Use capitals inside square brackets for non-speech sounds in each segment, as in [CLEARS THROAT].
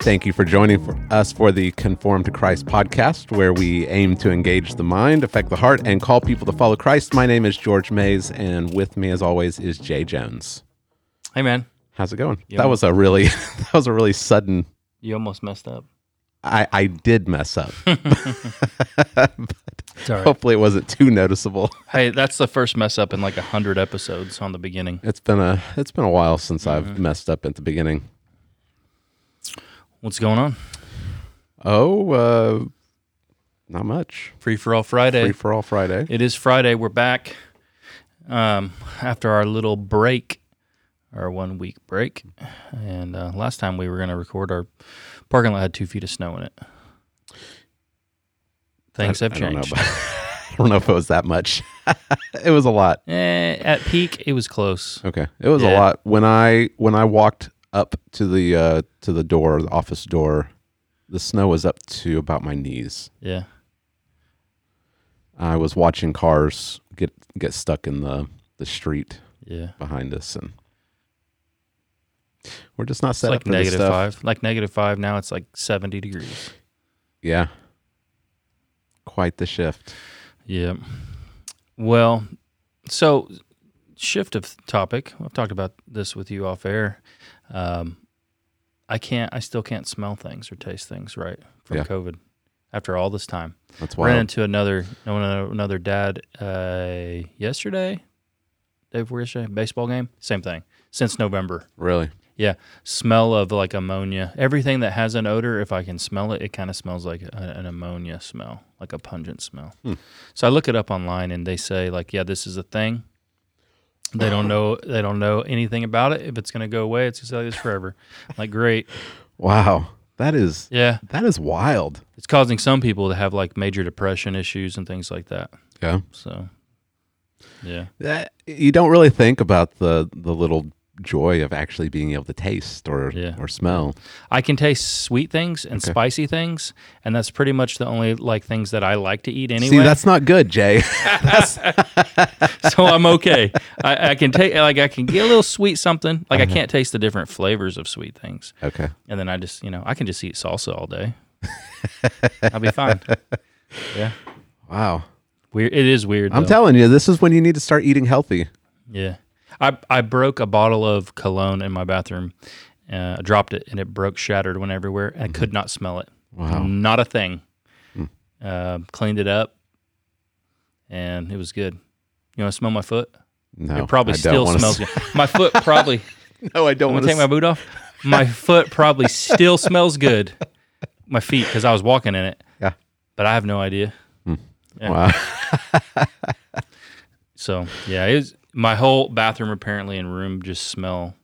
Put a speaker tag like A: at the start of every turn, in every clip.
A: Thank you for joining for us for the Conform to Christ podcast, where we aim to engage the mind, affect the heart, and call people to follow Christ. My name is George Mays, and with me, as always, is Jay Jones.
B: Hey man,
A: How's it going? That was a really, [LAUGHS] that was a really sudden.
B: you almost messed up.
A: I, I did mess up.
B: Sorry.
A: Hopefully, it wasn't too noticeable.
B: Hey, that's the first mess up in like a hundred episodes on the beginning.
A: It's been a, it's been a while since I've messed up at the beginning.
B: What's going on?
A: Oh, uh, not much.
B: Free for all Friday.
A: Free for all Friday.
B: it is Friday. We're back um, after our little break, our one week break. And uh, last time we were going to record, our parking lot had two feet of snow in it. Things have
A: I don't know.
B: changed.
A: About, [LAUGHS] I don't know if it was that much. [LAUGHS] it was a lot.
B: [LAUGHS] Eh, at peak, it was close.
A: Okay, it was a
B: Yeah.
A: lot when I when I walked up to the uh, to the door, the office door. The snow was up to about my knees.
B: Yeah.
A: I was watching cars get get stuck in the the street
B: Yeah.
A: behind us, and we're just not
B: It's
A: set
B: like
A: up for this
B: negative
A: stuff.
B: five. Like negative five. Now it's like 70 degrees.
A: Yeah, quite the shift.
B: Yeah. Well, so shift of topic. I've talked about this with you off air. Um, I can't. I still can't smell things or taste things right from
A: Yeah.
B: COVID. After all this time,
A: That's
B: ran
A: why
B: into another another another dad uh, yesterday. Day before yesterday, baseball game. Same thing since November.
A: really
B: Yeah, smell of like ammonia. Everything that has an odor, if I can smell it, it kind of smells like a, an ammonia smell, like a pungent smell. So I look it up online, and they say like, yeah, this is a thing. They don't know. They don't know anything about it. If it's gonna go away, it's gonna like this forever. I'm like, great.
A: wow that is
B: Yeah,
A: that is wild.
B: it's causing some people to have like major depression issues and things like that.
A: Yeah.
B: So, yeah,
A: that you don't really think about the the little joy of actually being able to taste or
B: Yeah.
A: or smell.
B: I can taste sweet things and spicy things, and that's pretty much the only like things that I like to eat anyway.
A: See, that's not good,
B: [LAUGHS]
A: Jay.
B: so I'm okay. I, I can take like I can get a little sweet something. Like
A: Uh-huh.
B: I can't taste the different flavors of sweet things,
A: okay.
B: and then I just you know I can just eat salsa
A: [LAUGHS]
B: all day. I'll be fine. Yeah,
A: Wow.
B: weird. It is weird.
A: I'm
B: though.
A: telling you, this is when you need to start eating healthy.
B: Yeah, I I broke a bottle of cologne in my bathroom. Uh, I dropped it and it broke, shattered, went everywhere. And I could not smell it.
A: Mm-hmm. Wow. Hmm.
B: Not a thing. Uh, cleaned it up, and it was good. You want to smell my foot?
A: No,
B: It probably
A: I don't
B: still
A: wanna
B: smells
A: s-
B: good. My foot probably.
A: [LAUGHS] No, I don't
B: I'm
A: want
B: gonna
A: to
B: take my boot off.
A: [LAUGHS]
B: My foot probably still smells good. My feet, because I was walking in it.
A: Yeah.
B: But I have no idea. yeah.
A: Wow.
B: So yeah, it was, my whole bathroom apparently and room just smell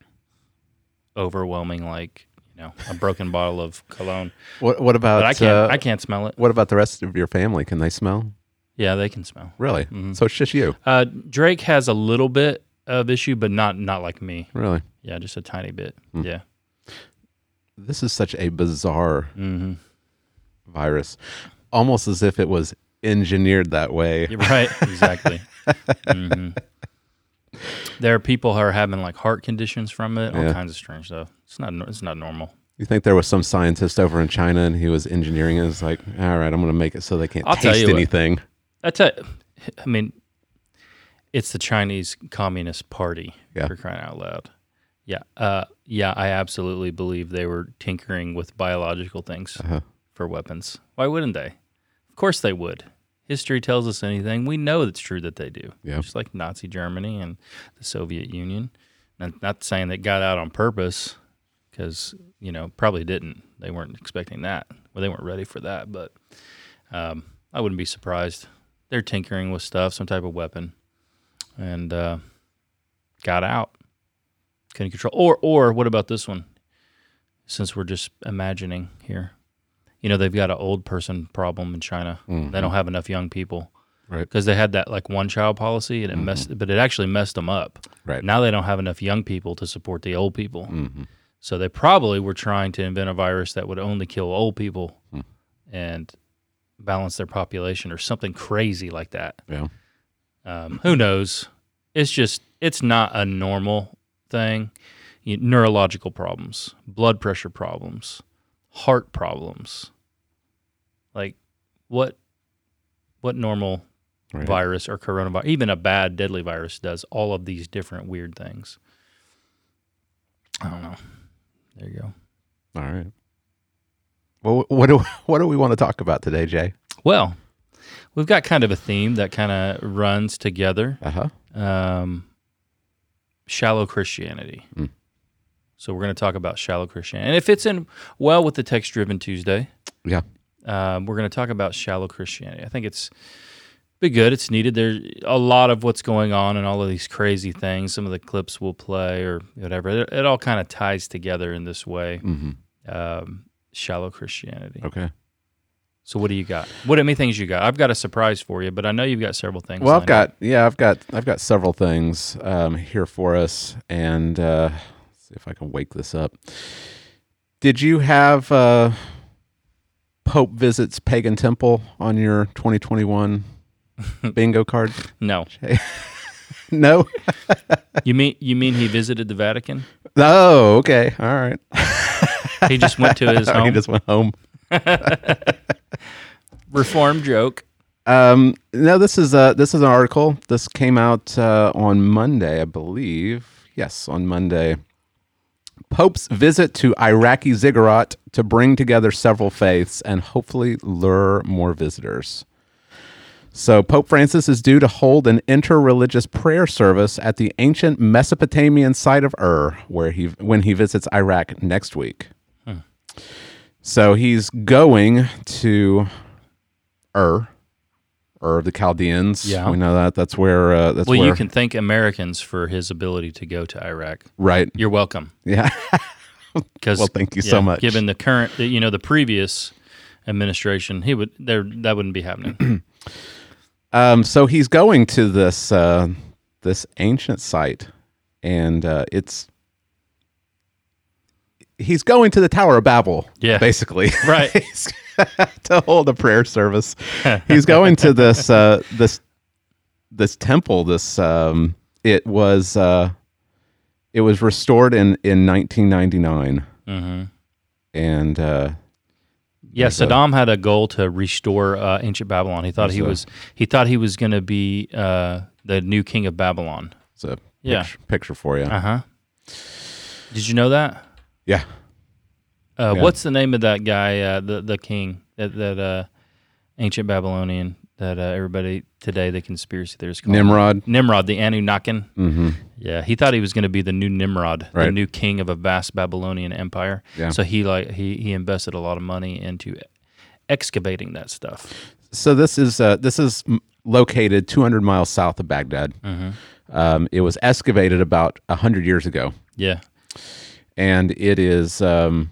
B: overwhelming, like you know a broken [LAUGHS] bottle of cologne.
A: What What about
B: But I can't.
A: uh,
B: I can't smell it.
A: what about the rest of your family? Can they smell?
B: Yeah, they can smell.
A: Really? So it's just you.
B: Uh, Drake has a little bit of issue, but not not like me.
A: Really?
B: Yeah, just a tiny bit.
A: Hmm.
B: Yeah.
A: This is such a bizarre
B: Mhm.
A: virus, almost as if it was engineered that way.
B: You're right. Exactly. hmm There are people who are having like heart conditions from it, all
A: Yeah.
B: kinds of strange stuff. It's not. It's not normal.
A: You think there was some scientist over in China and he was engineering it? It's like, all right, I'm going to make it so they can't
B: I'll tell
A: taste
B: you what.
A: anything.
B: I tell. I mean, it's the Chinese Communist Party
A: Yeah.
B: for crying out loud. Yeah. Uh, yeah. I absolutely believe they were tinkering with biological things
A: Uh-huh.
B: for weapons. Why wouldn't they? Of course they would. History tells us anything. We know it's true that they do.
A: Yeah.
B: Just like Nazi Germany and the Soviet Union. Not, not saying that got out on purpose, because you know probably didn't. They weren't expecting that. Well, they weren't ready for that. But um, I wouldn't be surprised. They're tinkering with stuff, some type of weapon, and uh, got out. Couldn't control. Or, or what about this one? Since we're just imagining here, you know they've got an old person problem in China. They don't have enough young people,
A: Right.
B: Because they had that like one child policy, and it messed, but it actually messed them up.
A: Right. Mm-hmm.
B: Now they don't have enough young people to support the old people. So they probably were trying to invent a virus that would only kill old people
A: Hmm.
B: and balance their population or something crazy like that.
A: Yeah.
B: Um, who knows? It's just, it's not a normal thing. You, neurological problems, blood pressure problems, heart problems. Like what what normal
A: Right.
B: virus or coronavirus, even a bad deadly virus does all of these different weird things. I don't know. There you go.
A: All right. Well, what do [LAUGHS] what do we want to talk about today, Jay?
B: Well, we've got kind of a theme that kind of runs together.
A: Uh huh.
B: Um, shallow Christianity.
A: Mm.
B: So we're going to talk about shallow Christianity, and it fits in well with the text-driven Tuesday.
A: Yeah.
B: um, we're going to talk about shallow Christianity. I think it's be good. It's needed. There's a lot of what's going on and all of these crazy things. Some of the clips we'll play or whatever. It, it all kind of ties together in this way.
A: hmm
B: Um, shallow Christianity.
A: Okay.
B: So what do you got? What any things you got? I've got a surprise for you, but I know you've got several things.
A: Well, I've
B: lined up.
A: got yeah, I've got I've got several things um, here for us, and uh, let's see if I can wake this up. Did you have uh, Pope visits pagan temple on your
B: [LAUGHS]
A: 2021 bingo card? [LAUGHS]
B: no. [LAUGHS]
A: No.
B: You mean you mean he visited the Vatican?
A: Oh, okay. All right. [LAUGHS]
B: He just went to his
A: He
B: home.
A: just went home.
B: Reform joke.
A: Um, no, this is uh this is an article. This came out uh, on Monday, I believe. Yes, on Monday. Pope's visit to Iraqi ziggurat to bring together several faiths and hopefully lure more visitors. So, Pope Francis is due to hold an interreligious prayer service at the ancient Mesopotamian site of Ur, where he when he visits Iraq next week.
B: Hmm.
A: So he's going to Ur, Ur of the Chaldeans.
B: Yeah.
A: we know that. That's where. Uh, that's
B: Well,
A: where.
B: you can thank Americans for his ability to go to Iraq.
A: right.
B: You're welcome.
A: Yeah.
B: Because
A: Well, thank you so much.
B: Given the current, the- you know, the previous administration, he would there that wouldn't
A: [LAUGHS]
B: be happening.
A: Um, so he's going to this uh, this ancient site, and uh, it's he's going to the Tower of Babel.
B: Yeah.
A: basically,
B: [LAUGHS] Right.
A: [LAUGHS] He's- to hold a prayer
B: [LAUGHS]
A: service. He's going to this uh, this this temple. This um, it was uh, it was restored in in 1999,
B: hmm
A: and uh,
B: Yeah,
A: There's a-
B: Saddam had a goal to restore uh, ancient Babylon. He thought he
A: There's a-
B: was he thought he was going to be uh, the new king of Babylon.
A: it's a
B: Yeah.
A: picture, picture for you.
B: Uh huh. Did you know that?
A: yeah,
B: Uh,
A: Yeah.
B: What's the name of that guy? Uh, the the king that that uh, ancient Babylonian that uh, everybody today the conspiracy theorists call him.
A: Nimrod.
B: Nimrod, the Anunnakin.
A: hmm
B: Yeah, he thought he was going to be the new Nimrod, the
A: Right.
B: new king of a vast Babylonian empire.
A: Yeah.
B: So he like he he invested a lot of money into e-, excavating that stuff.
A: So this is uh, this is m- located 200 miles south of Baghdad.
B: Mm-hmm.
A: Um, it was excavated about 100 years ago,
B: Yeah,
A: and it is um,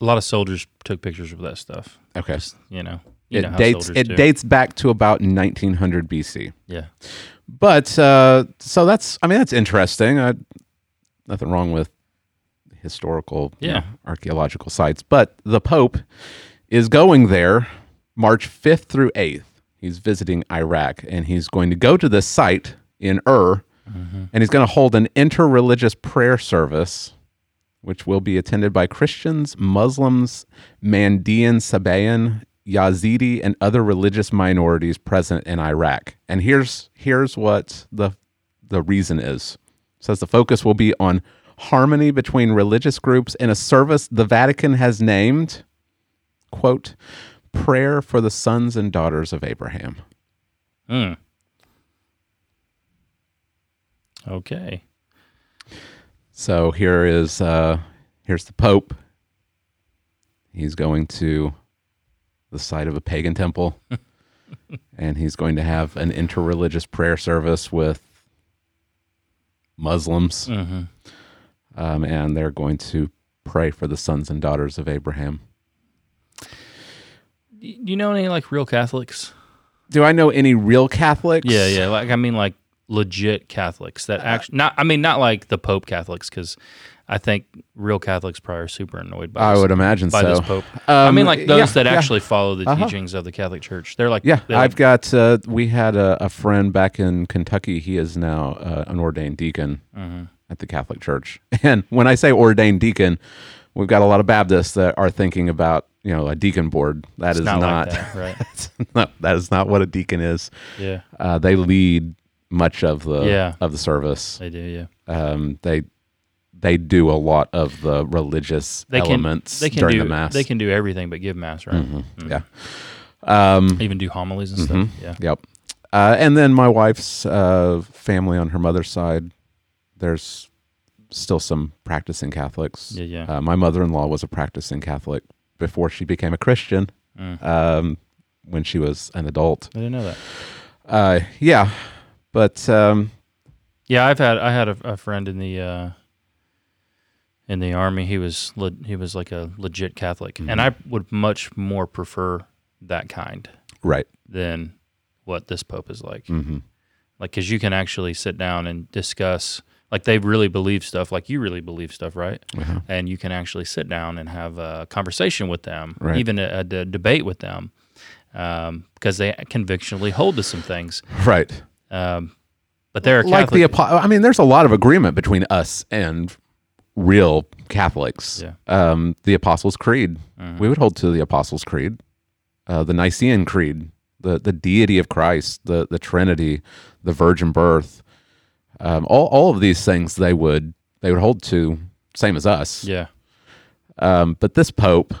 B: a lot of soldiers took pictures of that stuff.
A: okay.
B: Just, you know, you know
A: It
B: how
A: dates
B: soldiers
A: it
B: do.
A: dates back to about 1900 BC.
B: Yeah,
A: But uh, so that's I mean that's interesting. I, nothing wrong with historical, you
B: Yeah.
A: know, archaeological sites. But the Pope is going there March 5th through 8th. He's visiting Iraq and he's going to go to this site in Ur and he's going to hold an interreligious prayer service which will be attended by Christians, Muslims, Mandean, Sabaean, Yazidi, and other religious minorities present in Iraq. And here's here's what the the reason is. It says the focus will be on harmony between religious groups in a service the Vatican has named quote prayer for the sons and daughters of Abraham.
B: Mm. Okay.
A: So here is uh here's the Pope. He's going to the site of a pagan temple [LAUGHS] and he's going to have an interreligious prayer service with Muslims.
B: hmm
A: Um, and they're going to pray for the sons and daughters of Abraham.
B: Do you know any like real Catholics?
A: Do I know any real Catholics?
B: Yeah, yeah. Like I mean, like legit Catholics
A: Uh,
B: that actually not. I mean, not like the Pope Catholics because I think real Catholics probably are super annoyed by
A: I
B: this,
A: would imagine
B: by
A: so.
B: this Pope. I mean, like
A: Um,
B: those
A: yeah,
B: that
A: yeah.
B: actually follow the
A: Uh-huh.
B: teachings of the Catholic Church. They're like,
A: Yeah,
B: they're
A: I've
B: like,
A: got. Uh, we had a, a friend back in Kentucky. He is now
B: Mm-hmm.
A: [LAUGHS] uh, an ordained deacon at the Catholic Church. And when I say ordained deacon, We've got a lot of Baptists that are thinking about you know a deacon board. That is
B: not
A: not,
B: like that, right.
A: [LAUGHS] that's not that is not what a deacon is.
B: Yeah,
A: Uh, they lead much of the
B: Yeah.
A: of the service.
B: they do. Yeah,
A: Um, they they do a lot of the religious
B: they
A: elements
B: can. They can
A: during
B: do.
A: the mass. Mm-hmm.
B: They can do everything but give mass, right? Mm.
A: yeah. Um,
B: Even do homilies and stuff. Yeah.
A: Yep. Uh, and then my wife's uh, family on her mother's side, there's still some practicing Catholics.
B: Yeah, yeah.
A: Uh, my mother in law was a practicing Catholic before she became a Christian
B: Mm.
A: um, when she was an adult.
B: I didn't know that.
A: Uh, yeah. But um,
B: Yeah, I've had I had a, a friend in the uh, in the army. He was le- he was like a legit Catholic,
A: Mm-hmm.
B: and I would much more prefer that kind
A: right. [LAUGHS]
B: than what this pope is like.
A: hmm
B: Like, because you can actually sit down and discuss. Like they really believe stuff. Like you really believe stuff, right?
A: Uh-huh.
B: And you can actually sit down and have a conversation with them,
A: Right.
B: even a, a de- debate with them, um, because they convictionally hold to some things.
A: Right.
B: Um, but they're a
A: Like
B: Catholic.
A: the apo- I mean, there's a lot of agreement between us and real Catholics.
B: Yeah. Mm-hmm.
A: Um, the Apostles' Creed. We would hold to the Apostles' Creed, uh, the Nicene Creed, the the deity of Christ, the the Trinity, the Virgin Birth. Um, all all of these things they would they would hold to, same as us.
B: yeah,
A: Um, but this Pope,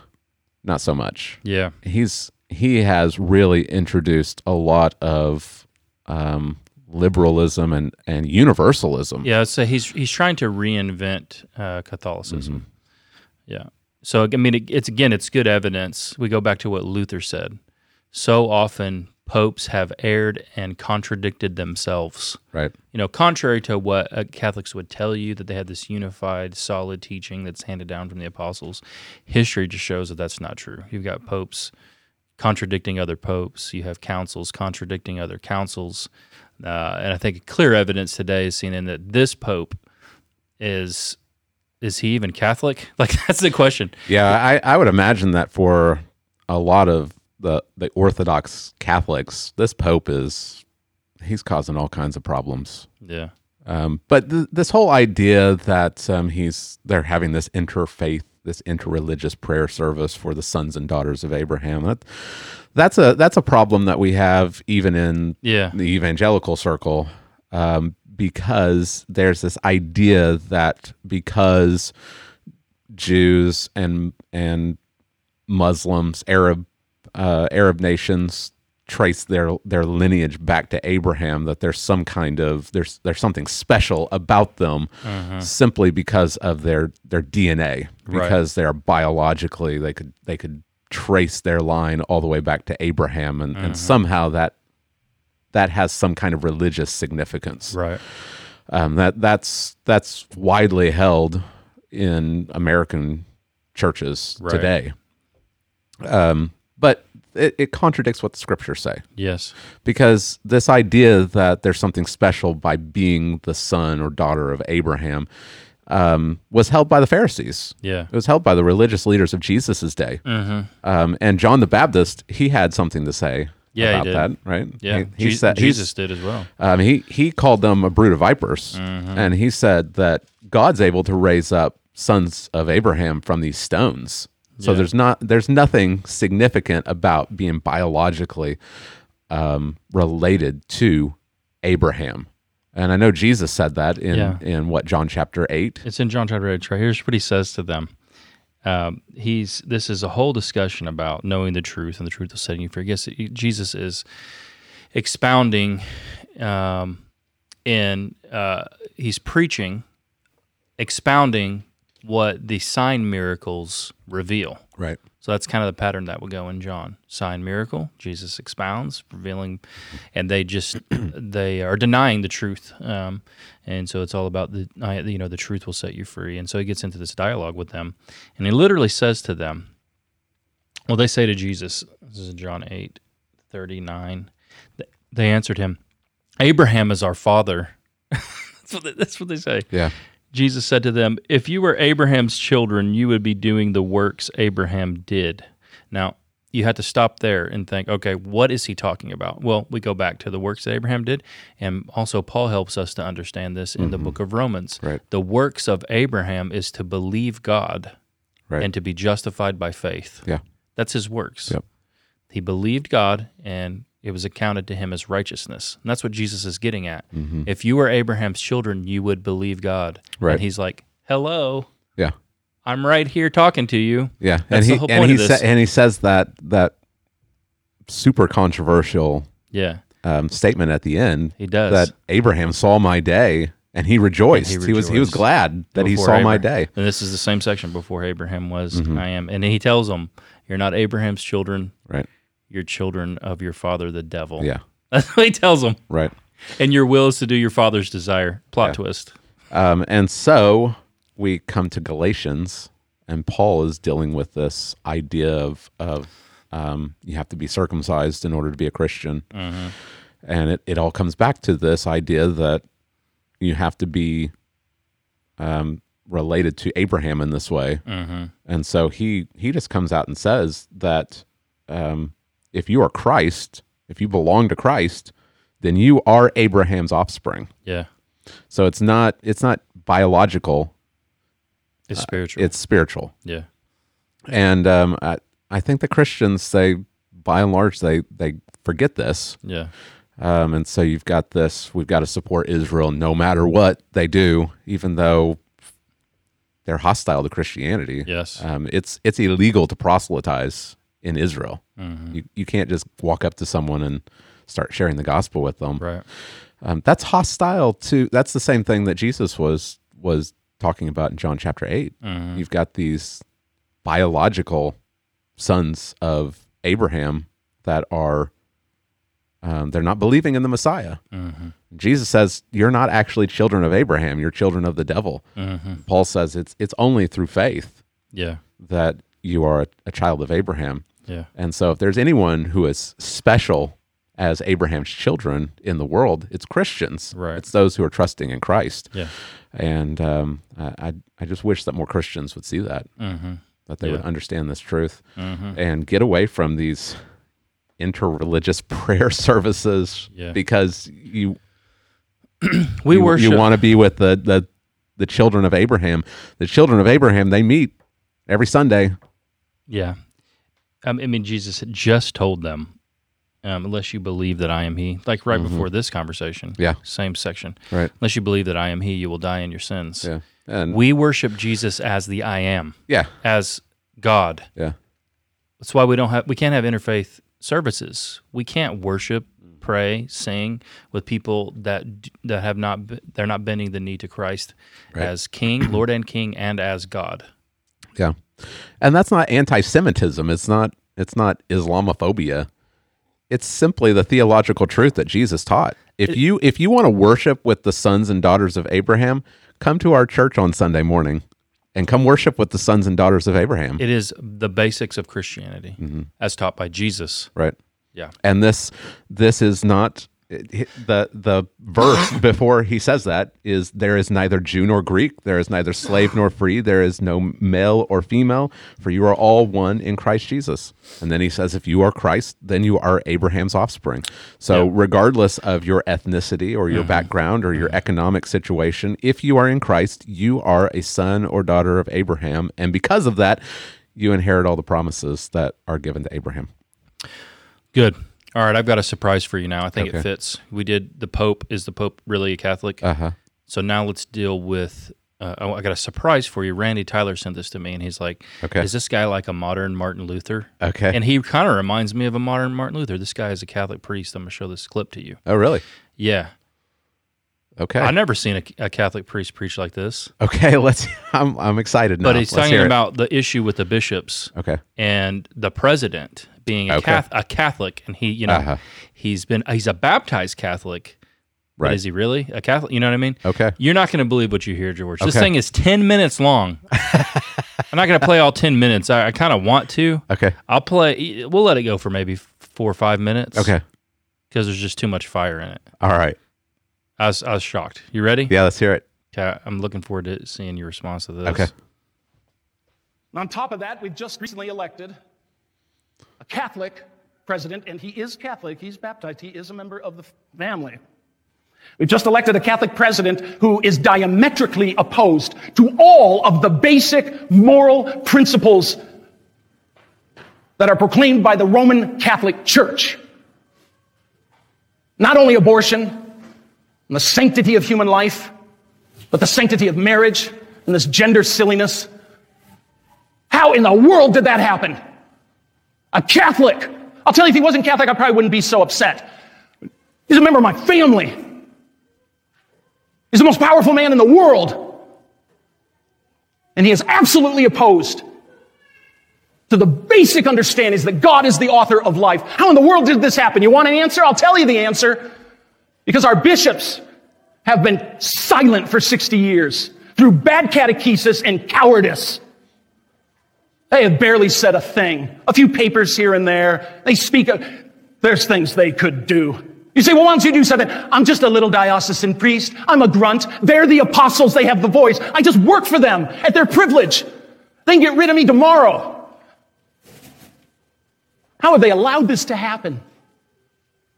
A: not so much
B: yeah.
A: he's he has really introduced a lot of um, liberalism and and universalism.
B: Yeah, so he's he's trying to reinvent uh, Catholicism. Yeah. So I mean, it, it's again, it's good evidence. We go back to what Luther said. So often, popes have erred and contradicted themselves.
A: Right.
B: You know, contrary to what uh, Catholics would tell you that they had this unified, solid teaching that's handed down from the apostles, history just shows that that's not true. You've got popes contradicting other popes. You have councils contradicting other councils. Uh, and I think clear evidence today is seen in that this pope is is he even Catholic? [LAUGHS] Like that's the question.
A: Yeah, I, I would imagine that for a lot of the the Orthodox Catholics, this Pope is he's causing all kinds of problems.
B: Yeah.
A: Um, but th- this whole idea that um, he's they're having this interfaith, this interreligious prayer service for the sons and daughters of Abraham. That, that's a that's a problem that we have even in
B: Yeah.
A: the evangelical circle um, because there's this idea that because Jews and and Muslims, Arab uh, Arab nations trace their their lineage back to Abraham, that there's some kind of there's there's something special about them simply because of their their DNA,
B: Uh-huh. Right.
A: because they're biologically they could they could trace their line all the way back to Abraham, and,
B: Uh-huh.
A: and somehow that that has some kind of religious significance.
B: Right.
A: Um, that that's that's widely held in American churches
B: Right.
A: today. Um, but it, it contradicts what the scriptures say
B: Yes.
A: because this idea that there's something special by being the son or daughter of Abraham um, was held by the Pharisees.
B: Yeah. Mm-hmm.
A: It was held by the religious leaders of Jesus' day. Um, and John the Baptist, he had something to say
B: Yeah,
A: about
B: he
A: that, right?
B: Yeah.
A: He, he
B: Je-
A: said, he-
B: Jesus did as well.
A: um, he he called them a brood of vipers,
B: Mm-hmm.
A: and he said that God's able to raise up sons of Abraham from these stones. So
B: Yeah.
A: there's not there's nothing significant about being biologically um, related to Abraham. And I know Jesus said that in
B: Yeah.
A: in what John chapter eight.
B: It's in John chapter 8. Right? Here's what he says to them. Um, he's this is a whole discussion about knowing the truth and the truth will set you free. Yes, Jesus is expounding um, in uh, he's preaching, expounding what the sign miracles reveal.
A: Right.
B: So that's kind of the pattern that would go in John. Sign miracle, Jesus expounds, revealing, and they just [CLEARS THROAT] they are denying the truth, um, and so it's all about the I- you know the truth will set you free. And so he gets into this dialogue with them, and he literally says to them, "Well, they say to Jesus, this is in John eight thirty nine, th- they answered him, Abraham is our father." [LAUGHS] that's, what they, that's what they say.
A: Yeah.
B: Jesus said to them, If you were Abraham's children, you would be doing the works Abraham did. Now, you had to stop there and think, okay, what is he talking about? Well, we go back to the works that Abraham did. And also, Paul helps us to understand this in the book of Romans.
A: Right.
B: The works of Abraham is to believe God
A: Right.
B: and to be justified by faith.
A: Yeah.
B: That's his works.
A: Yep.
B: He believed God and it was accounted to him as righteousness. And that's what Jesus is getting at. If you were Abraham's children, you would believe God.
A: Mm-hmm. Right.
B: And he's like, hello,
A: Yeah.
B: I'm right here talking to you.
A: Yeah, and
B: That's
A: he
B: the whole
A: and
B: point
A: he
B: of this.
A: sa- and he says that that super controversial
B: Yeah,
A: um, statement at the end
B: he does.
A: that Abraham saw my day and he rejoiced.
B: And he
A: he, was he was
B: rejoiced
A: glad that he
B: before
A: saw my
B: Abraham.
A: day. Mm-hmm.
B: And this is the same section before Abraham was I am. And he tells them, You're not Abraham's children,
A: Right.
B: you're children of your father, the devil.
A: Yeah.
B: [LAUGHS] That's what he tells them.
A: Right.
B: And your will is to do your father's desire. Plot twist.
A: Um, and so we come to Galatians, and Paul is dealing with this idea of of um, you have to be circumcised in order to be a Christian, and it, it all comes back to this idea that you have to be um, related to Abraham in this way, and so he he just comes out and says that um, if you are Christ, if you belong to Christ, then you are Abraham's offspring.
B: Yeah.
A: So it's not it's not biological.
B: It's spiritual.
A: Uh, It's spiritual.
B: yeah.
A: And um, I, I think the Christians they by and large they they forget this.
B: Yeah.
A: Um, and so you've got this. We've got to support Israel no matter what they do, even though they're hostile to Christianity.
B: Yes.
A: Um, it's it's illegal to proselytize in Israel. You you can't just walk up to someone and start sharing the gospel with them.
B: Right.
A: Um, that's hostile to. That's the same thing that Jesus was was talking about in John chapter 8 You've got these biological sons of Abraham that are um, they're not believing in the Messiah. Jesus says you're not actually children of Abraham; you're children of the devil. Paul says it's it's only through faith
B: Mm-hmm. Yeah.
A: that you are a, a child of Abraham.
B: Yeah.
A: And so, if there's anyone who is special as Abraham's children in the world, it's Christians.
B: Right.
A: It's those who are trusting in Christ.
B: Yeah.
A: And um, I, I- I just wish that more Christians would see that,
B: Mm-hmm.
A: that they would
B: Yeah.
A: understand this truth
B: Mm-hmm.
A: and get away from these interreligious [LAUGHS] prayer services
B: Yeah.
A: because you
B: We
A: you,
B: worship.
A: you want to be with the, the the children of Abraham. The children of Abraham they meet every Sunday.
B: yeah. Um, I mean, Jesus had just told them, um, unless you believe that I am He, like right before this conversation.
A: Mm-hmm. Yeah.
B: Same section.
A: Right.
B: Unless you believe that I am He, you will die in your sins.
A: Yeah. And
B: We worship Jesus as the I am,
A: yeah.
B: as God.
A: Yeah.
B: That's why we don't have we can't have interfaith services. We can't worship, pray, sing with people that d- that have not b- they're not bending the knee to Christ
A: Right.
B: as King, Lord and King, and as God.
A: Yeah. And that's not anti-Semitism. It's not it's not Islamophobia. It's simply the theological truth that Jesus taught. If you if you want to worship with the sons and daughters of Abraham, come to our church on Sunday morning and come worship with the sons and daughters of Abraham.
B: It is the basics of Christianity
A: Mm-hmm.
B: as taught by Jesus.
A: right?
B: Yeah.
A: And this this is not it- it- the the verse before he says that is there is neither Jew nor Greek, there is neither slave nor free, there is no male or female, for you are all one in Christ Jesus. And then he says, if you are Christ, then you are Abraham's offspring. So regardless of your ethnicity or your background or your economic situation, if you are in Christ, you are a son or daughter of Abraham, and because of that, you inherit all the promises that are given to Abraham.
B: Good. All right, I've got a surprise for you now. I think it fits. We did the Pope. Is the Pope really a Catholic?
A: Uh huh.
B: So now let's deal with. Uh, I I got a surprise for you. Randy Tyler sent this to me, and he's like,
A: Okay.
B: "Is this guy like a modern Martin Luther?"
A: Okay.
B: And he kind of reminds me of a modern Martin Luther. This guy is a Catholic priest. I'm gonna show this clip to you.
A: Oh, really?
B: Yeah,
A: Okay.
B: I've never seen a, a Catholic priest preach like this.
A: okay. [LAUGHS] Let's. I'm. I'm excited now.
B: But he's
A: Let's
B: talking
A: hear it.
B: about the issue with the bishops
A: Okay.
B: and the president being a,
A: Okay.
B: Cath- a Catholic, and he, you know,
A: Uh-huh.
B: he's been he's a baptized Catholic. But
A: Right.
B: is he really a Catholic? You know what I mean?
A: Okay.
B: You're not going to believe what you hear, George. This
A: Okay.
B: thing is 10 minutes
A: [LAUGHS]
B: long. I'm not going to play all 10 minutes. I, I kind of want to.
A: Okay.
B: I'll play, we'll let it go for maybe four or five minutes.
A: Okay.
B: Because there's just too much fire in it.
A: All right.
B: I was, I was shocked. You ready?
A: Yeah. Let's hear it.
B: Okay. I'm looking forward to seeing your response to this.
A: Okay.
C: And on top of that, we've just recently elected a Catholic president, and he is Catholic. He's baptized. He is a member of the family. We've just elected a Catholic president who is diametrically opposed to all of the basic moral principles that are proclaimed by the Roman Catholic Church. Not only abortion and the sanctity of human life, but the sanctity of marriage and this gender silliness. How in the world did that happen? A Catholic. I'll tell you, if he wasn't Catholic, I probably wouldn't be so upset. He's a member of my family. He's the most powerful man in the world. And he is absolutely opposed to the basic understandings that God is the author of life. How in the world did this happen? You want an answer? I'll tell you the answer. Because our bishops have been silent for 60 years through bad catechesis and cowardice. They have barely said a thing. A few papers here and there. They speak. Of, there's things they could do. You say, well, why don't you do something? I'm just a little diocesan priest. I'm a grunt. They're the apostles. They have the voice. I just work for them at their privilege. They can get rid of me tomorrow. How have they allowed this to happen?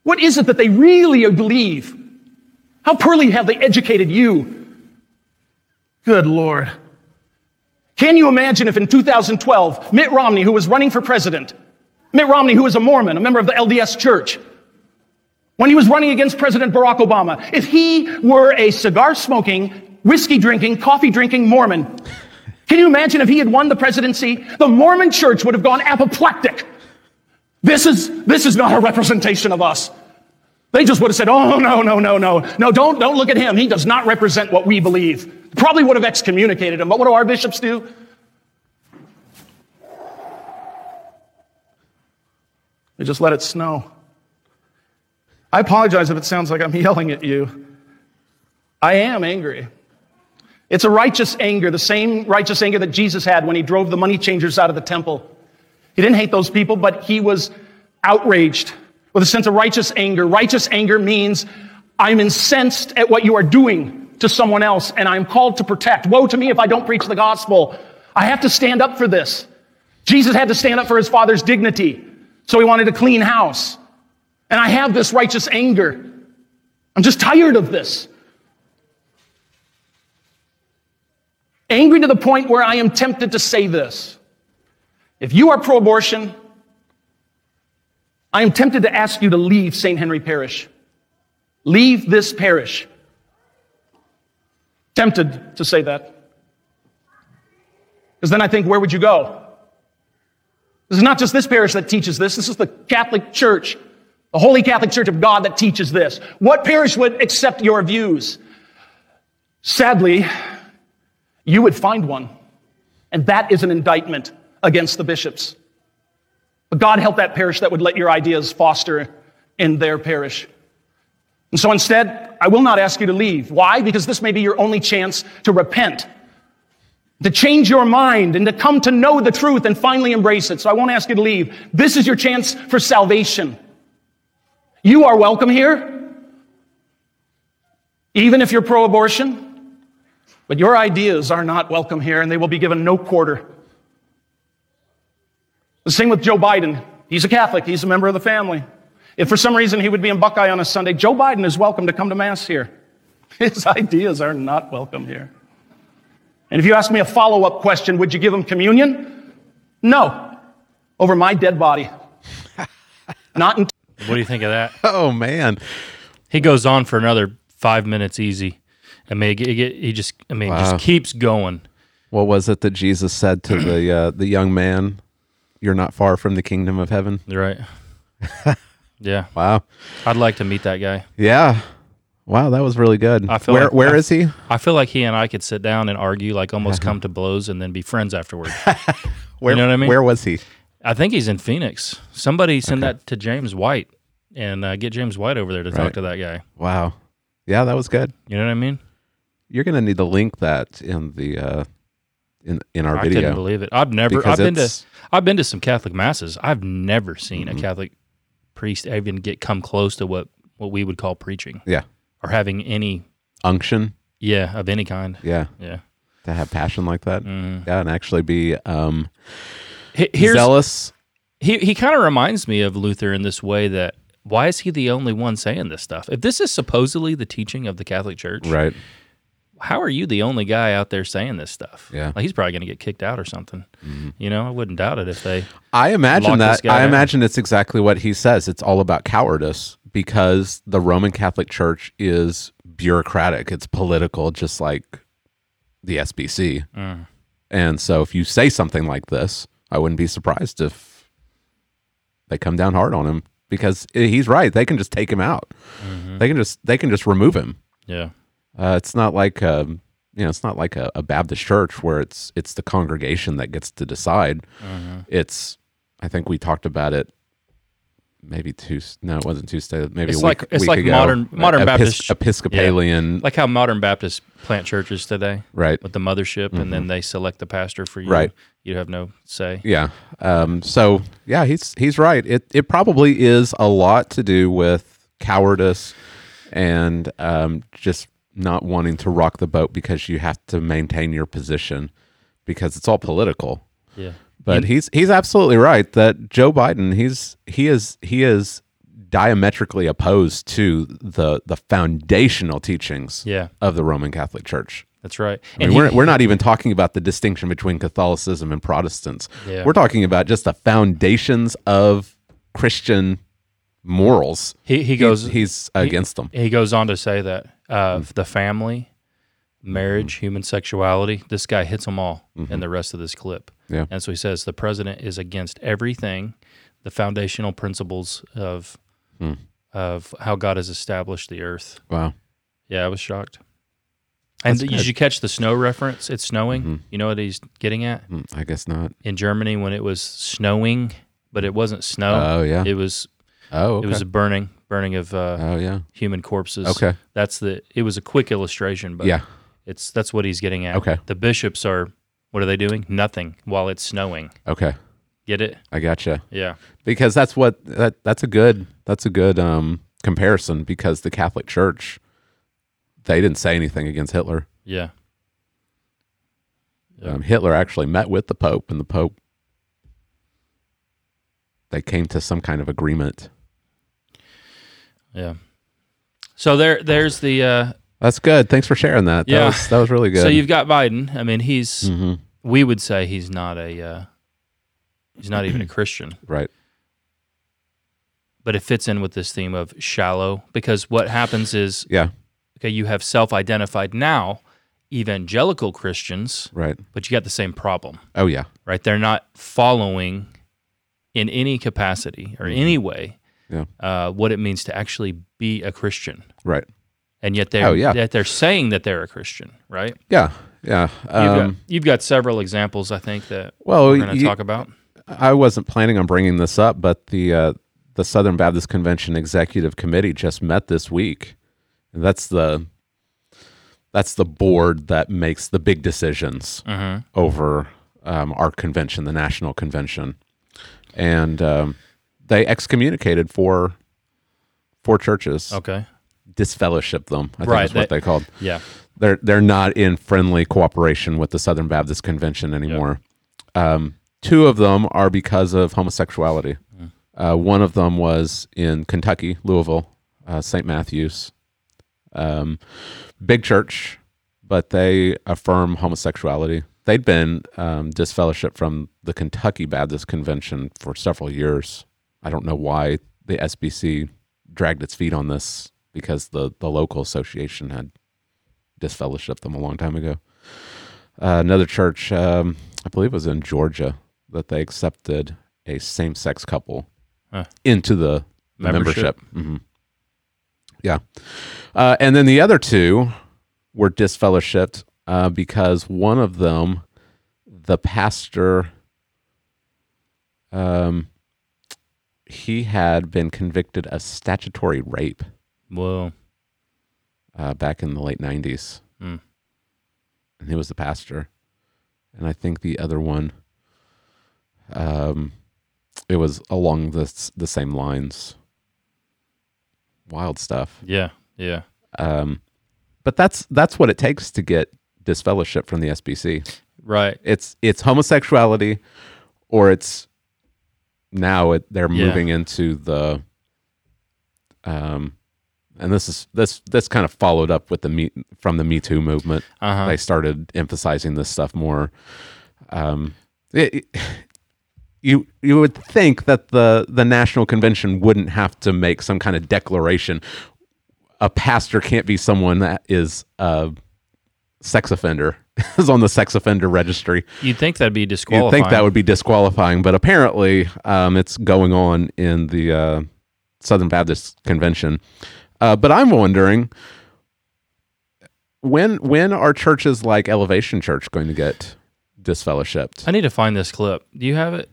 C: What is it that they really believe? How poorly have they educated you? Good Lord. Can you imagine if in 2012, Mitt Romney, who was running for president, Mitt Romney, who is a Mormon, a member of the LDS Church, when he was running against President Barack Obama, if he were a cigar smoking, whiskey drinking, coffee drinking Mormon, can you imagine if he had won the presidency? The Mormon church would have gone apoplectic. This is, this is not a representation of us. They just would have said, oh, no, no, no, no, no, don't, don't look at him. He does not represent what we believe. Probably would have excommunicated him, but what do our bishops do? They just let it snow. I apologize if it sounds like I'm [LAUGHS] yelling at you. I am angry. It's a righteous anger, the same righteous anger that Jesus had when he drove the money changers out of the temple. He didn't hate those people, but he was outraged with a sense of righteous anger. Righteous anger means I'm incensed at what you are doing to someone else and I'm called to protect. Woe to me if I don't preach the gospel. I have to stand up for this. Jesus had to stand up for his father's dignity. So he wanted a clean house. And I have this righteous anger. I'm just tired of this. Angry to the point where I am tempted to say this. If you are pro abortion, I am tempted to ask you to leave St. Henry Parish. Leave this parish. Tempted to say that. Because then I think, where would you go? This is not just this parish that teaches this, this is the Catholic Church, the Holy Catholic Church of God that teaches this. What parish would accept your views? Sadly, you would find one. And that is an indictment against the bishops. But God help that parish that would let your ideas foster in their parish. And so instead, I will not ask you to leave. Why? Because this may be your only chance to repent, to change your mind, and to come to know the truth and finally embrace it. So I won't ask you to leave. This is your chance for salvation. You are welcome here, even if you're pro abortion, but your ideas are not welcome here and they will be given no quarter. The same with Joe Biden. He's a Catholic, he's a member of the family. If for some reason he would be in Buckeye on a Sunday, Joe Biden is welcome to come to Mass here. [LAUGHS] His ideas are not welcome here. And if you ask me a follow up question, would you give him communion? No, over my dead body. Not until.
B: What do you think of that?
A: Oh man,
B: he goes on for another five minutes easy. I mean, it, it, he just, I mean,
A: Wow.
B: just keeps going.
A: what was it that Jesus said to the uh, the young man? You're not far from the kingdom of heaven.
B: You're
A: [LAUGHS]
B: right. yeah,
A: Wow.
B: I'd like to meet that guy.
A: Yeah. Wow, that was really good.
B: I feel
A: where
B: like-
A: where is he?
B: I feel like he and I could sit down and argue, like almost
A: [LAUGHS]
B: come to blows, and then be friends afterward.
A: Where,
B: know what I mean?
A: Where was he?
B: I think he's in Phoenix. Somebody send that to James White and uh, get James White over there to
A: Right.
B: talk to that guy.
A: Wow. Yeah, that was good.
B: You know what I mean?
A: You're gonna need to link that in the uh, in in our
B: I
A: video.
B: couldn't believe it. I've never.
A: Because
B: I've been to.
A: it's- Mm-hmm.
B: I've been to some Catholic masses. I've never seen a Catholic priest even get come close to what what we would call preaching
A: yeah,
B: or having any
A: unction.
B: yeah of any kind.
A: Yeah,
B: Yeah.
A: to have passion like that.
B: Mm.
A: Yeah, and actually be um,
B: He- Here's
A: zealous.
B: he he kind of reminds me of Luther in this way that why is he the only one saying this stuff? If this is supposedly the teaching of the Catholic Church,
A: Right.
B: how are you the only guy out there saying this stuff?
A: Yeah. Mm-hmm.
B: Like he's probably going to get kicked out or something. You know, I wouldn't doubt it if they.
A: I imagine
B: Lock this
A: that.
B: guy
A: I
B: in.
A: imagine it's exactly what he says. It's all about cowardice because the Roman Catholic Church is bureaucratic. It's political, just like the SBC.
B: Mm.
A: And so, if you say something like this, I wouldn't be surprised if they come down hard on him because he's right. They can just take him out.
B: Mm-hmm.
A: They can just they can just remove him.
B: Yeah.
A: Uh, it's not like um you know, it's not like a, a Baptist church where it's it's the congregation that gets to decide.
B: Uh-huh.
A: It's I think we talked about it maybe Tuesday. No, it wasn't Tuesday. Maybe
B: It's
A: a week,
B: like- it's
A: week
B: like
A: ago.
B: modern- modern
A: Epis-
B: Baptist-
A: Episcopalian,
B: Like how modern Baptist plant churches today
A: right? Mm-hmm.
B: with the mothership and then they select the pastor for you.
A: Right.
B: You have no say.
A: Yeah. Um, so yeah, he's he's right. It it probably is a lot to do with cowardice and um, just not wanting to rock the boat because you have to maintain your position because it's all political.
B: Yeah.
A: But he's he's absolutely right that Joe Biden he's he is he is diametrically opposed to the the foundational teachings
B: Yeah.
A: of the Roman Catholic Church.
B: That's right.
A: I mean, we're, we're not even talking about the distinction between Catholicism and Protestants.
B: Yeah.
A: We're talking about just the foundations of Christian morals.
B: he, he goes,
A: he's against them.
B: he goes on to say that uh,
A: Mm-hmm.
B: the family, marriage, human sexuality, this guy hits them all in the rest of this clip.
A: Mm-hmm. Yeah.
B: And so he says the president is against everything, the foundational principles of
A: Hmm.
B: of how God has established the earth.
A: Wow.
B: Yeah, I was shocked. And did you catch the snow reference? It's snowing.
A: Mm-hmm.
B: You know what he's getting at?
A: Mm, I guess not.
B: In Germany, when it was snowing, but it wasn't snow.
A: Oh, yeah.
B: It was
A: Oh, okay.
B: it was a burning, burning of uh,
A: oh, yeah.
B: human corpses.
A: Okay.
B: That's the it was a quick illustration, but
A: Yeah.
B: it's that's what he's getting at.
A: Okay.
B: The bishops are what are they doing? Nothing while it's snowing.
A: Okay.
B: Get it?
A: I gotcha.
B: Yeah.
A: Because that's what that that's a good that's a good um, comparison because the Catholic Church they didn't say anything against Hitler.
B: Yeah.
A: Um, Hitler actually met with the Pope, and the Pope they came to some kind of agreement.
B: Yeah. So there there's the uh
A: That's good. Thanks for sharing that. That
B: Yeah.
A: was that was really good. Mm-hmm.
B: so you've got Biden. I mean, he's we would say he's not a uh he's not even a Christian.
A: right.
B: But it fits in with this theme of shallow because what happens is
A: Yeah.
B: okay, you have self-identified now evangelical Christians,
A: Right.
B: but you got the same problem.
A: Oh yeah.
B: right? They're not following in any capacity or any way
A: Mm-hmm. Yeah.
B: uh, what it means to actually be a Christian,
A: Right.
B: and yet they're
A: Oh, yeah.
B: yet they're saying that they're a Christian, right?
A: Yeah. Yeah.
B: You've,
A: Um,
B: got, you've got several examples, I think, that
A: well,
B: we're going to
A: you-
B: talk about.
A: I wasn't planning on bringing this up, but the uh, the Southern Baptist Convention Executive Committee just met this week. And that's the that's the board that makes the big decisions
B: Mm-hmm.
A: over um, our convention, the national convention, and um, they excommunicated four four churches,
B: Okay,
A: disfellowshipped them. I think
B: Oh. Right,
A: that's what
B: they-
A: they called
B: yeah,
A: they're they're not in friendly cooperation with the Southern Baptist Convention anymore. Um, two of them are because of homosexuality. Uh, one of them was in Kentucky, Louisville, uh, St. Matthews, um, big church, but they affirm homosexuality. They'd been um, disfellowshipped from the Kentucky Baptist Convention for several years. I don't know why the SBC dragged its feet on this because the, the local association had disfellowshipped them a long time ago. Uh, another church, um, I believe it was in Georgia, that they accepted a same sex couple
B: Huh.
A: into the the membership.
B: Membership.
A: Mhm. Yeah. Uh, and then the other two were disfellowshipped uh, because one of them, the pastor, um, he had been convicted of statutory rape
B: well,
A: uh, back in the late 90s.
B: Hmm.
A: And he was the pastor. And I think the other one, um, it was along the, s- the same lines. Wild stuff.
B: yeah, yeah,
A: Um, but that's that's what it takes to get disfellowship from the SBC.
B: right,
A: It's it's homosexuality, or it's now it, they're
B: Yeah.
A: moving into the Um, and this is this this kind of followed up with the me from the Me Too movement.
B: Uh-huh.
A: They started emphasizing this stuff more. Um, it- it- you you would think that the the national convention wouldn't have to make some kind of declaration. A pastor can't be someone that is a sex offender [LAUGHS] is on the sex offender registry.
B: You'd think that'd be
A: You'd
B: disqualifying.
A: think that would be disqualifying, but apparently um, it's going on in the uh, Southern Baptist Convention. Uh, but I'm wondering when when are churches like Elevation Church going to get disfellowshipped?
B: I need to find this clip. Do you have it?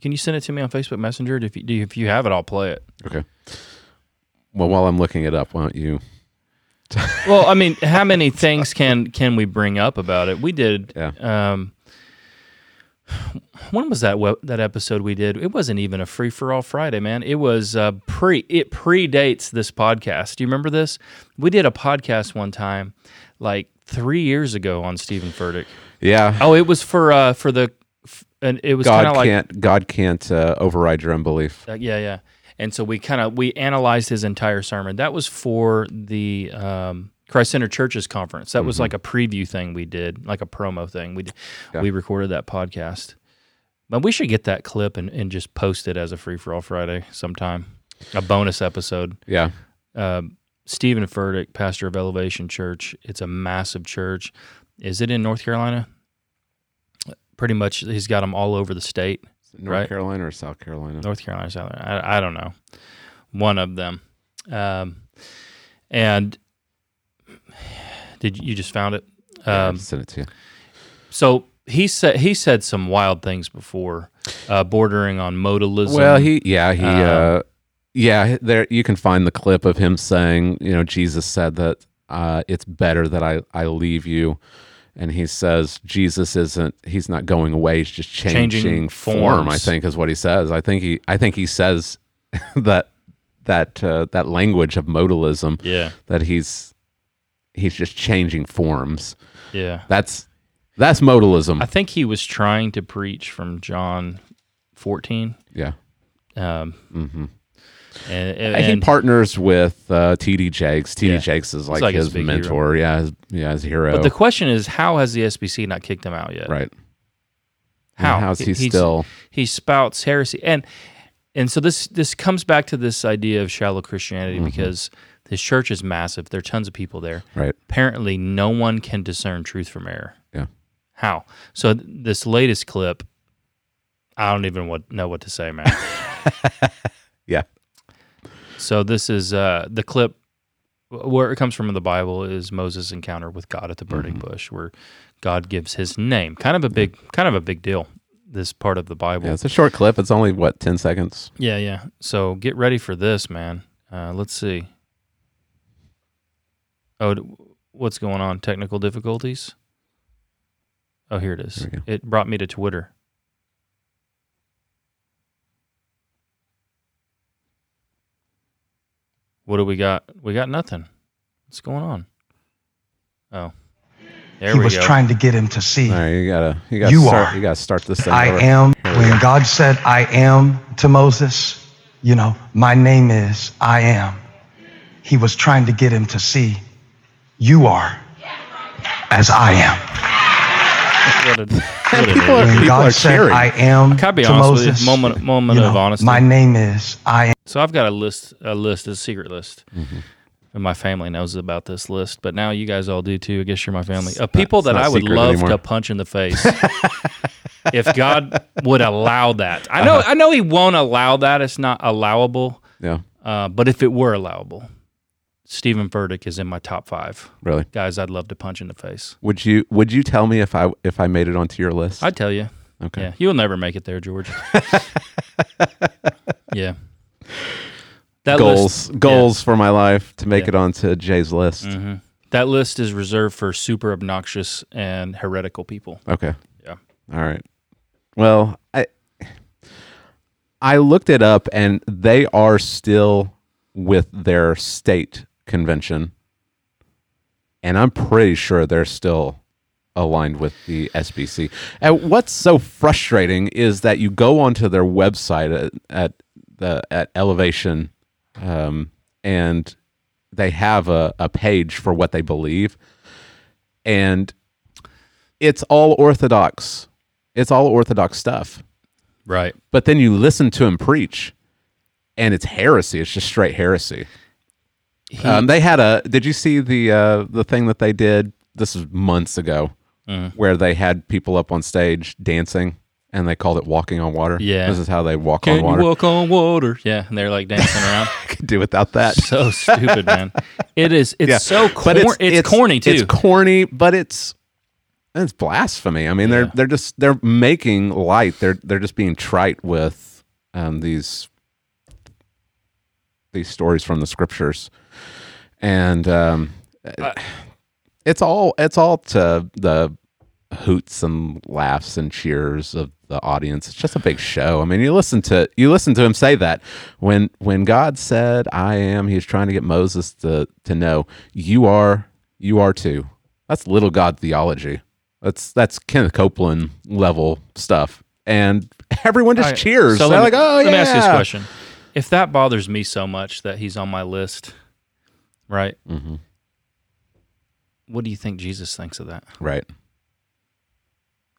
B: Can you send it to me on Facebook Messenger? If you do, if you have it, I'll play it.
A: Okay. Well, while I'm looking it up, why don't you?
B: Well, I mean, how many things can can we bring up about it? We did.
A: Yeah.
B: Um, when was that web, that episode we did? It wasn't even a free for all Friday, man. It was uh, pre. It predates this podcast. Do you remember this? We did a podcast one time, like three years ago, on Stephen Furtick.
A: Yeah.
B: Oh, it was for uh, for the, f- and it was kind
A: God
B: of like
A: can't God can't uh, override your unbelief.
B: uh, yeah, yeah. And so we kind of we analyzed his entire sermon. That was for the um, Christ Center Churches conference. That was like a preview thing we did, like a promo thing. We did, we recorded that podcast. But we should get that clip and, and just post it as a free for all Friday sometime, a bonus episode.
A: Yeah.
B: Um Stephen Furtick, pastor of Elevation Church. It's a massive church. Is it in North Carolina? Pretty much, he's got them all over the state.
A: North
B: Right.
A: Carolina or South Carolina?
B: North Carolina, South Carolina. I, I don't know. One of them. Um, and did you you just found it?
A: Yeah,
B: Um,
A: send it to you.
B: so he said he said some wild things before, uh, bordering on modalism.
A: Well, he yeah he
B: Um,
A: uh, yeah there you can find the clip of him saying you know Jesus said that uh, it's better that I I leave you, and he says Jesus isn't he's not going away he's just changing,
B: Changing
A: form I
B: forms.
A: think is what he says I think he I think he says [LAUGHS] that that uh, that language of modalism
B: yeah,
A: that he's he's just changing forms
B: yeah.
A: that's that's modalism
B: I think he was trying to preach from John fourteen.
A: yeah
B: Um, and, and,
A: he partners with uh, TD Jakes. TD
B: Yeah.
A: Jakes is like,
B: like his
A: his,
B: big
A: mentor. Yeah, his, yeah, his hero.
B: but the question is, how has the SBC not kicked him out yet?
A: right.
B: How
A: How's he
B: he's-
A: still?
B: he spouts heresy and and so this this comes back to this idea of shallow christianity because his church is massive there are tons of people there
A: Mm-hmm. Right.
B: apparently no one can discern truth from error
A: Yeah.
B: how so th- this latest clip i don't even what, know what to say
A: [LAUGHS]
B: man
A: Yeah.
B: so this is uh the clip wh- where it comes from in the bible is moses encounter with god at the burning
A: Mm-hmm.
B: bush where god gives his name kind of a big kind of a big deal this part of the bible
A: Yeah. It's a short clip. It's only what ten seconds.
B: Yeah, yeah. So get ready for this, man. Uh, let's see. Oh, d- what's going on? Technical difficulties? Oh, here it is.
A: There we go.
B: It brought me to Twitter. What do we got? We got nothing. What's going on? Oh, there
D: he
B: we
D: was
B: go.
D: trying to get him to see.
A: All right. You gotta. You gotta.
D: You
A: start,
D: are.
A: You gotta start this thing.
D: I
A: over.
D: am. When God said, I am to Moses, you know, my name is I am. He was trying to get him to see, you are as I am.
B: What a- what a
A: People
B: dude.
A: are,
D: When
A: people
D: God
A: are
D: said,
A: cheering.
D: I am
B: Can I be
D: to
B: honest with you?
D: Moses,
B: Moment- moment of honesty.
D: My name is I am.
B: So I've got a list, a list, a secret list.
A: Mm-hmm.
B: And my family knows about this list, but now you guys all do too. I guess you're my family. Of people
A: it's
B: that
A: not
B: I would
A: secret
B: love
A: anymore.
B: to punch in
A: [LAUGHS]
B: the face. if God would allow that. I
A: Uh-huh.
B: know I know he won't allow that. It's not allowable.
A: yeah.
B: Uh, but if it were allowable, Stephen Furtick is in my top five.
A: Really.
B: Guys I'd love to punch in the face.
A: Would you Would you tell me if I if I made it onto your list?
B: I tell you.
A: okay.
B: Yeah. You'll never make it there,
A: [LAUGHS]
B: George. yeah. That
A: Goals.
B: list- yeah. Mm-hmm.
A: goals for my life to make it onto Jay's list.
B: That list is reserved for super obnoxious and heretical people.
A: Okay.
B: Yeah.
A: All right. Well, I I looked it up and they are still with their state convention. And I'm pretty sure they're still aligned with the SBC. And what's so frustrating is that you go onto their website at, at the at elevation um, and they have a, a page for what they believe, and it's all Orthodox. It's all Orthodox stuff.
B: Right.
A: But then you listen to him preach, and it's heresy. It's just straight heresy. um, they had a. Did you see the uh, the thing that they did? This is months ago,
B: Uh-huh.
A: where they had people up on stage dancing, and they called it walking on water.
B: Yeah.
A: this is how they walk on
B: Can
A: water.
B: you walk on water? Yeah, and they're like
A: [LAUGHS]
B: dancing around.
A: Could [LAUGHS] do without that.
B: so stupid, man. It is. It's so
A: But
B: corny. It's, corny too.
A: It's corny, but it's it's blasphemy. I mean, they're they're just they're making light. They're they're just being trite with um, these these stories from the scriptures, and um,
B: Uh,
A: it's all it's all to the hoots and laughs and cheers of the audience. It's just a big show. I mean, you listen to you listen to him say that when when God said, "I am," he's trying to get Moses to to know you are you are too. That's little God theology. That's that's Kenneth Copeland level stuff. And everyone just
B: All right,
A: cheers.
B: so
A: They're
B: let
A: like,
B: me-
A: "Oh
B: let
A: yeah."
B: me ask you this question: If that bothers me so much that he's on my list, right?
A: Mm-hmm.
B: What do you think Jesus thinks of that?
A: Right.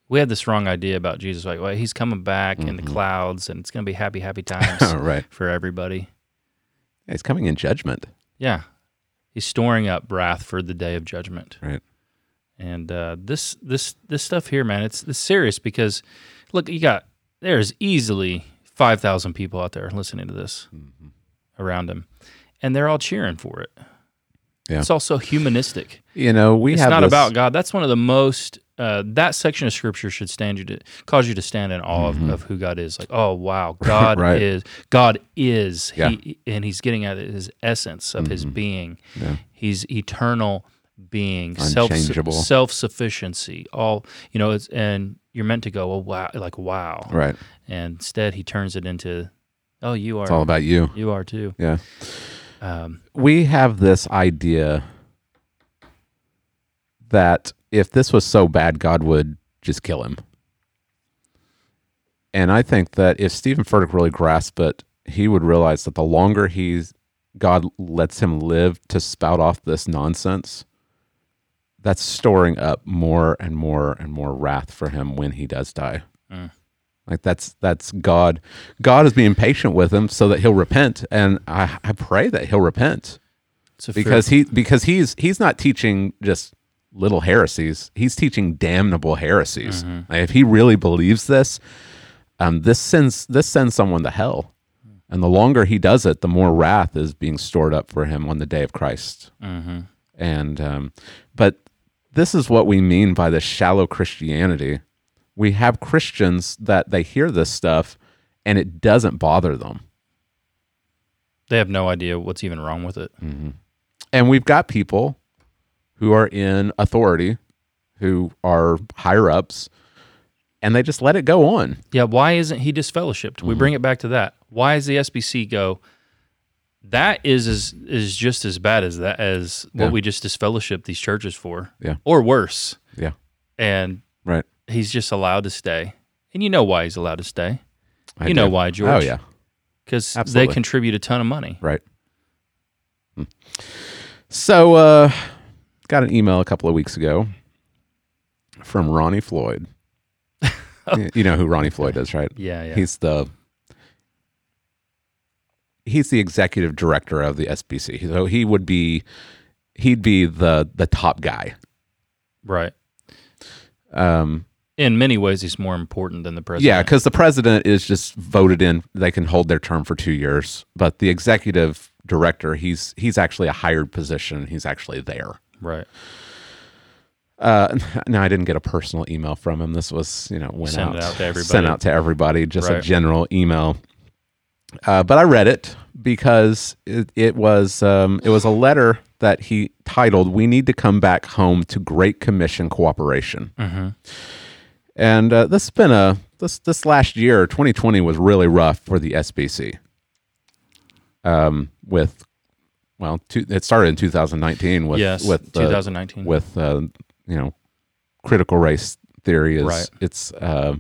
B: We had this wrong idea about Jesus, like, well, he's coming back in the clouds, and it's going to be
A: [LAUGHS]
B: happy, happy times
A: Mm-hmm. Oh, right.
B: for everybody.
A: It's coming in judgment.
B: Yeah, he's storing up wrath for the day of judgment.
A: Right.
B: And uh, this this this stuff here, man, it's, it's serious because look, you got there's easily five thousand people out there listening to this around him, and they're all cheering for it.
A: Yeah.
B: It's also humanistic.
A: You know, we
B: It's
A: have
B: not
A: this-
B: about God. That's one of the most uh, that section of scripture should stand you to cause you to stand in awe of, of who God is. Like, oh wow, God
A: Mm-hmm. [LAUGHS] Right.
B: is God is
A: Yeah. Mm-hmm.
B: he, and He's getting at His essence of His being. He's eternal being,
A: Unchangeable.
B: self sufficiency. All you know, it's and you're meant to go, well, wow, like wow,
A: right.
B: And instead, He turns it into, oh, you are,
A: It's all about you.
B: you are too.
A: Yeah. we have this idea that if this was so bad, God would just kill him. And I think that if Stephen Furtick really grasped it, he would realize that the longer he's God lets him live to spout off this nonsense, that's storing up more and more and more wrath for him when he does die. Like that's that's God. God is being patient with him so that he'll repent, and I, I pray that he'll repent
B: It's a fair-
A: because he because he's he's not teaching just little heresies. He's teaching damnable heresies. Like, if he really believes this, um, this sends this sends someone to hell. And the longer he does it, the more wrath is being stored up for him on the day of Christ. And um, but this is what we mean by the shallow Christianity. We have Christians that they hear this stuff and it doesn't bother them.
B: they have no idea what's even wrong with it.
A: and we've got people who are in authority who are higher ups and they just let it go on
B: Yeah, why isn't he disfellowshipped?
A: Mm-hmm.
B: We bring it back to that. Why is the SBC go? That is is, is just as bad as that as what
A: Yeah.
B: we just disfellowshipped these churches for.
A: Yeah.
B: Or worse.
A: yeah
B: And
A: right
B: he's just allowed to stay. And you know why he's allowed to stay.
A: I
B: You know why,
A: oh
B: George.
A: yeah
B: Because they
A: Absolutely.
B: contribute a ton of money.
A: right Hmm. so uh got an email a couple of weeks ago from ronnie
B: [LAUGHS]
A: floyd You- you know who ronnie floyd is right
B: Yeah, yeah.
A: he's the he's the executive director of the SBC. So he would be he'd be the the top guy.
B: right.
A: Um,
B: In many ways he's more important than the president.
A: yeah, because the president is just voted in; they can hold their term for two years. But the executive director, he's he's actually a hired position. He's actually there.
B: Right.
A: Uh, [LAUGHS] no, I didn't get a personal email from him. This was, you know, went
B: Sent
A: out,
B: it out to everybody.
A: sent out to everybody, just a
B: Right.
A: general email. Uh, but I read it because it, it was um, it was a letter that he titled "We Need to Come Back Home to Great Commission Cooperation." And uh, this has been a this this last year, 2020 was really rough for the SBC. Um, with well, two, it started in 2019 with
B: Yes,
A: with the-
B: 2019.
A: with uh, you know critical race theory is
B: Right.
A: it's uh,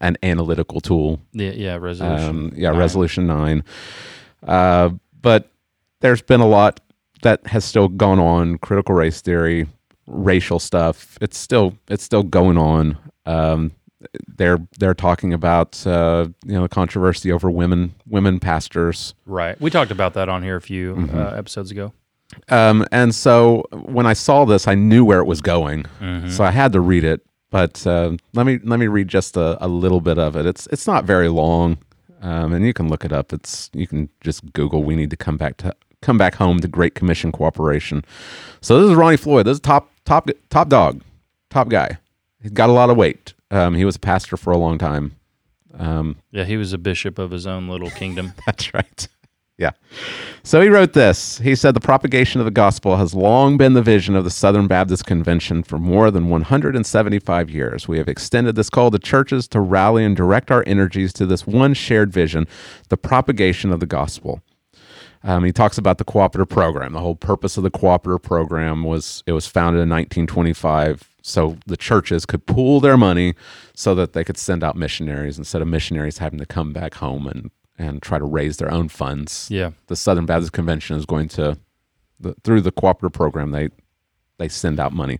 A: an analytical tool.
B: Yeah, yeah, resolution.
A: Um, yeah,
B: Nine.
A: resolution nine. Uh, but there's been a lot that has still gone on. Critical race theory, racial stuff. It's still it's still going on. Um, they're they're talking about uh, you know controversy over women women pastors.
B: Right. We talked about that on here a few
A: mm-hmm.
B: uh, episodes ago.
A: Um, and so when I saw this, I knew where it was going, so I had to read it. But uh, let me let me read just a, a little bit of it. It's it's not very long, um, and you can look it up. It's you can just Google. We need to come back to come back home to Great Commission cooperation. So this is Ronnie Floyd. This is top top top dog, top guy. He's got a lot of weight. Um, he was a pastor for a long time.
B: Yeah, he was a bishop of his own
A: [LAUGHS]
B: little kingdom.
A: That's right. Yeah. So he wrote this. He said the propagation of the gospel has long been the vision of the Southern Baptist Convention for more than 175 years. We have extended this call to churches to rally and direct our energies to this one shared vision, the propagation of the gospel. Um, he talks about the cooperative program. The whole purpose of the cooperative program was it was founded in 1925 so the churches could pool their money so that they could send out missionaries instead of missionaries having to come back home and and try to raise their own funds.
B: Yeah.
A: The Southern Baptist Convention is going to the, through the cooperative program they they send out money.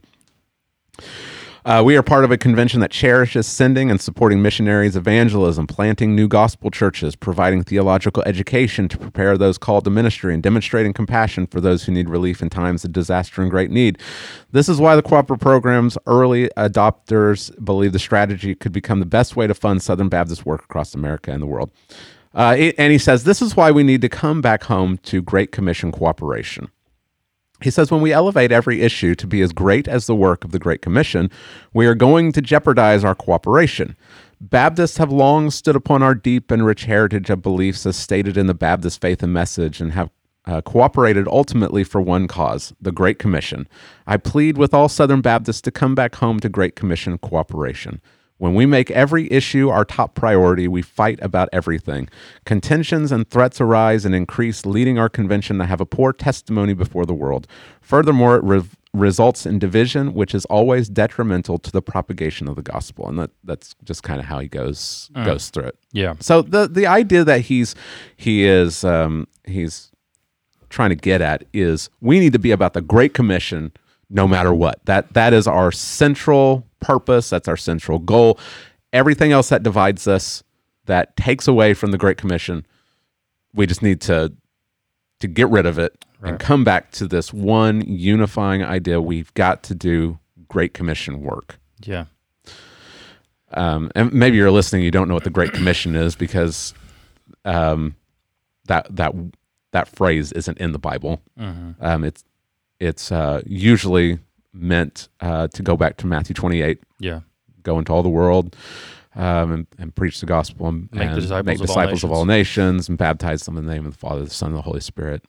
A: Uh, we are part of a convention that cherishes sending and supporting missionaries, evangelism, planting new gospel churches, providing theological education to prepare those called to ministry, and demonstrating compassion for those who need relief in times of disaster and great need. This is why the cooperative program's early adopters believe the strategy could become the best way to fund Southern Baptist work across America and the world. Uh, it- and he says, This is why we need to come back home to Great Commission cooperation. He says, when we elevate every issue to be as great as the work of the Great Commission, we are going to jeopardize our cooperation. Baptists have long stood upon our deep and rich heritage of beliefs as stated in the Baptist faith and message and have uh, cooperated ultimately for one cause, the Great Commission. I plead with all Southern Baptists to come back home to Great Commission cooperation. When we make every issue our top priority, we fight about everything. Contentions and threats arise and increase, leading our convention to have a poor testimony before the world. Furthermore, it re- results in division, which is always detrimental to the propagation of the gospel. And that, that's just kind of how he goes goes through it.
B: Yeah.
A: So the the idea that he's he is um, he's trying to get at is we need to be about the Great Commission no matter what. That that is our central purpose. That's our central goal. Everything else that divides us, that takes away from the Great Commission, we just need to to get rid of it and come back to this one unifying idea. We've got to do Great Commission work.
B: Yeah.
A: Um, and maybe you're listening, you don't know what the Great Commission is because um, that that that phrase isn't in the Bible. Um, it's it's uh, usually meant uh, to go back to Matthew 28,
B: Yeah.
A: go into all the world um, and, and preach the gospel and
B: Make the
A: and
B: disciples
A: make
B: of all
A: disciples of all nations and baptize them in the name of the Father, the Son, and the Holy Spirit.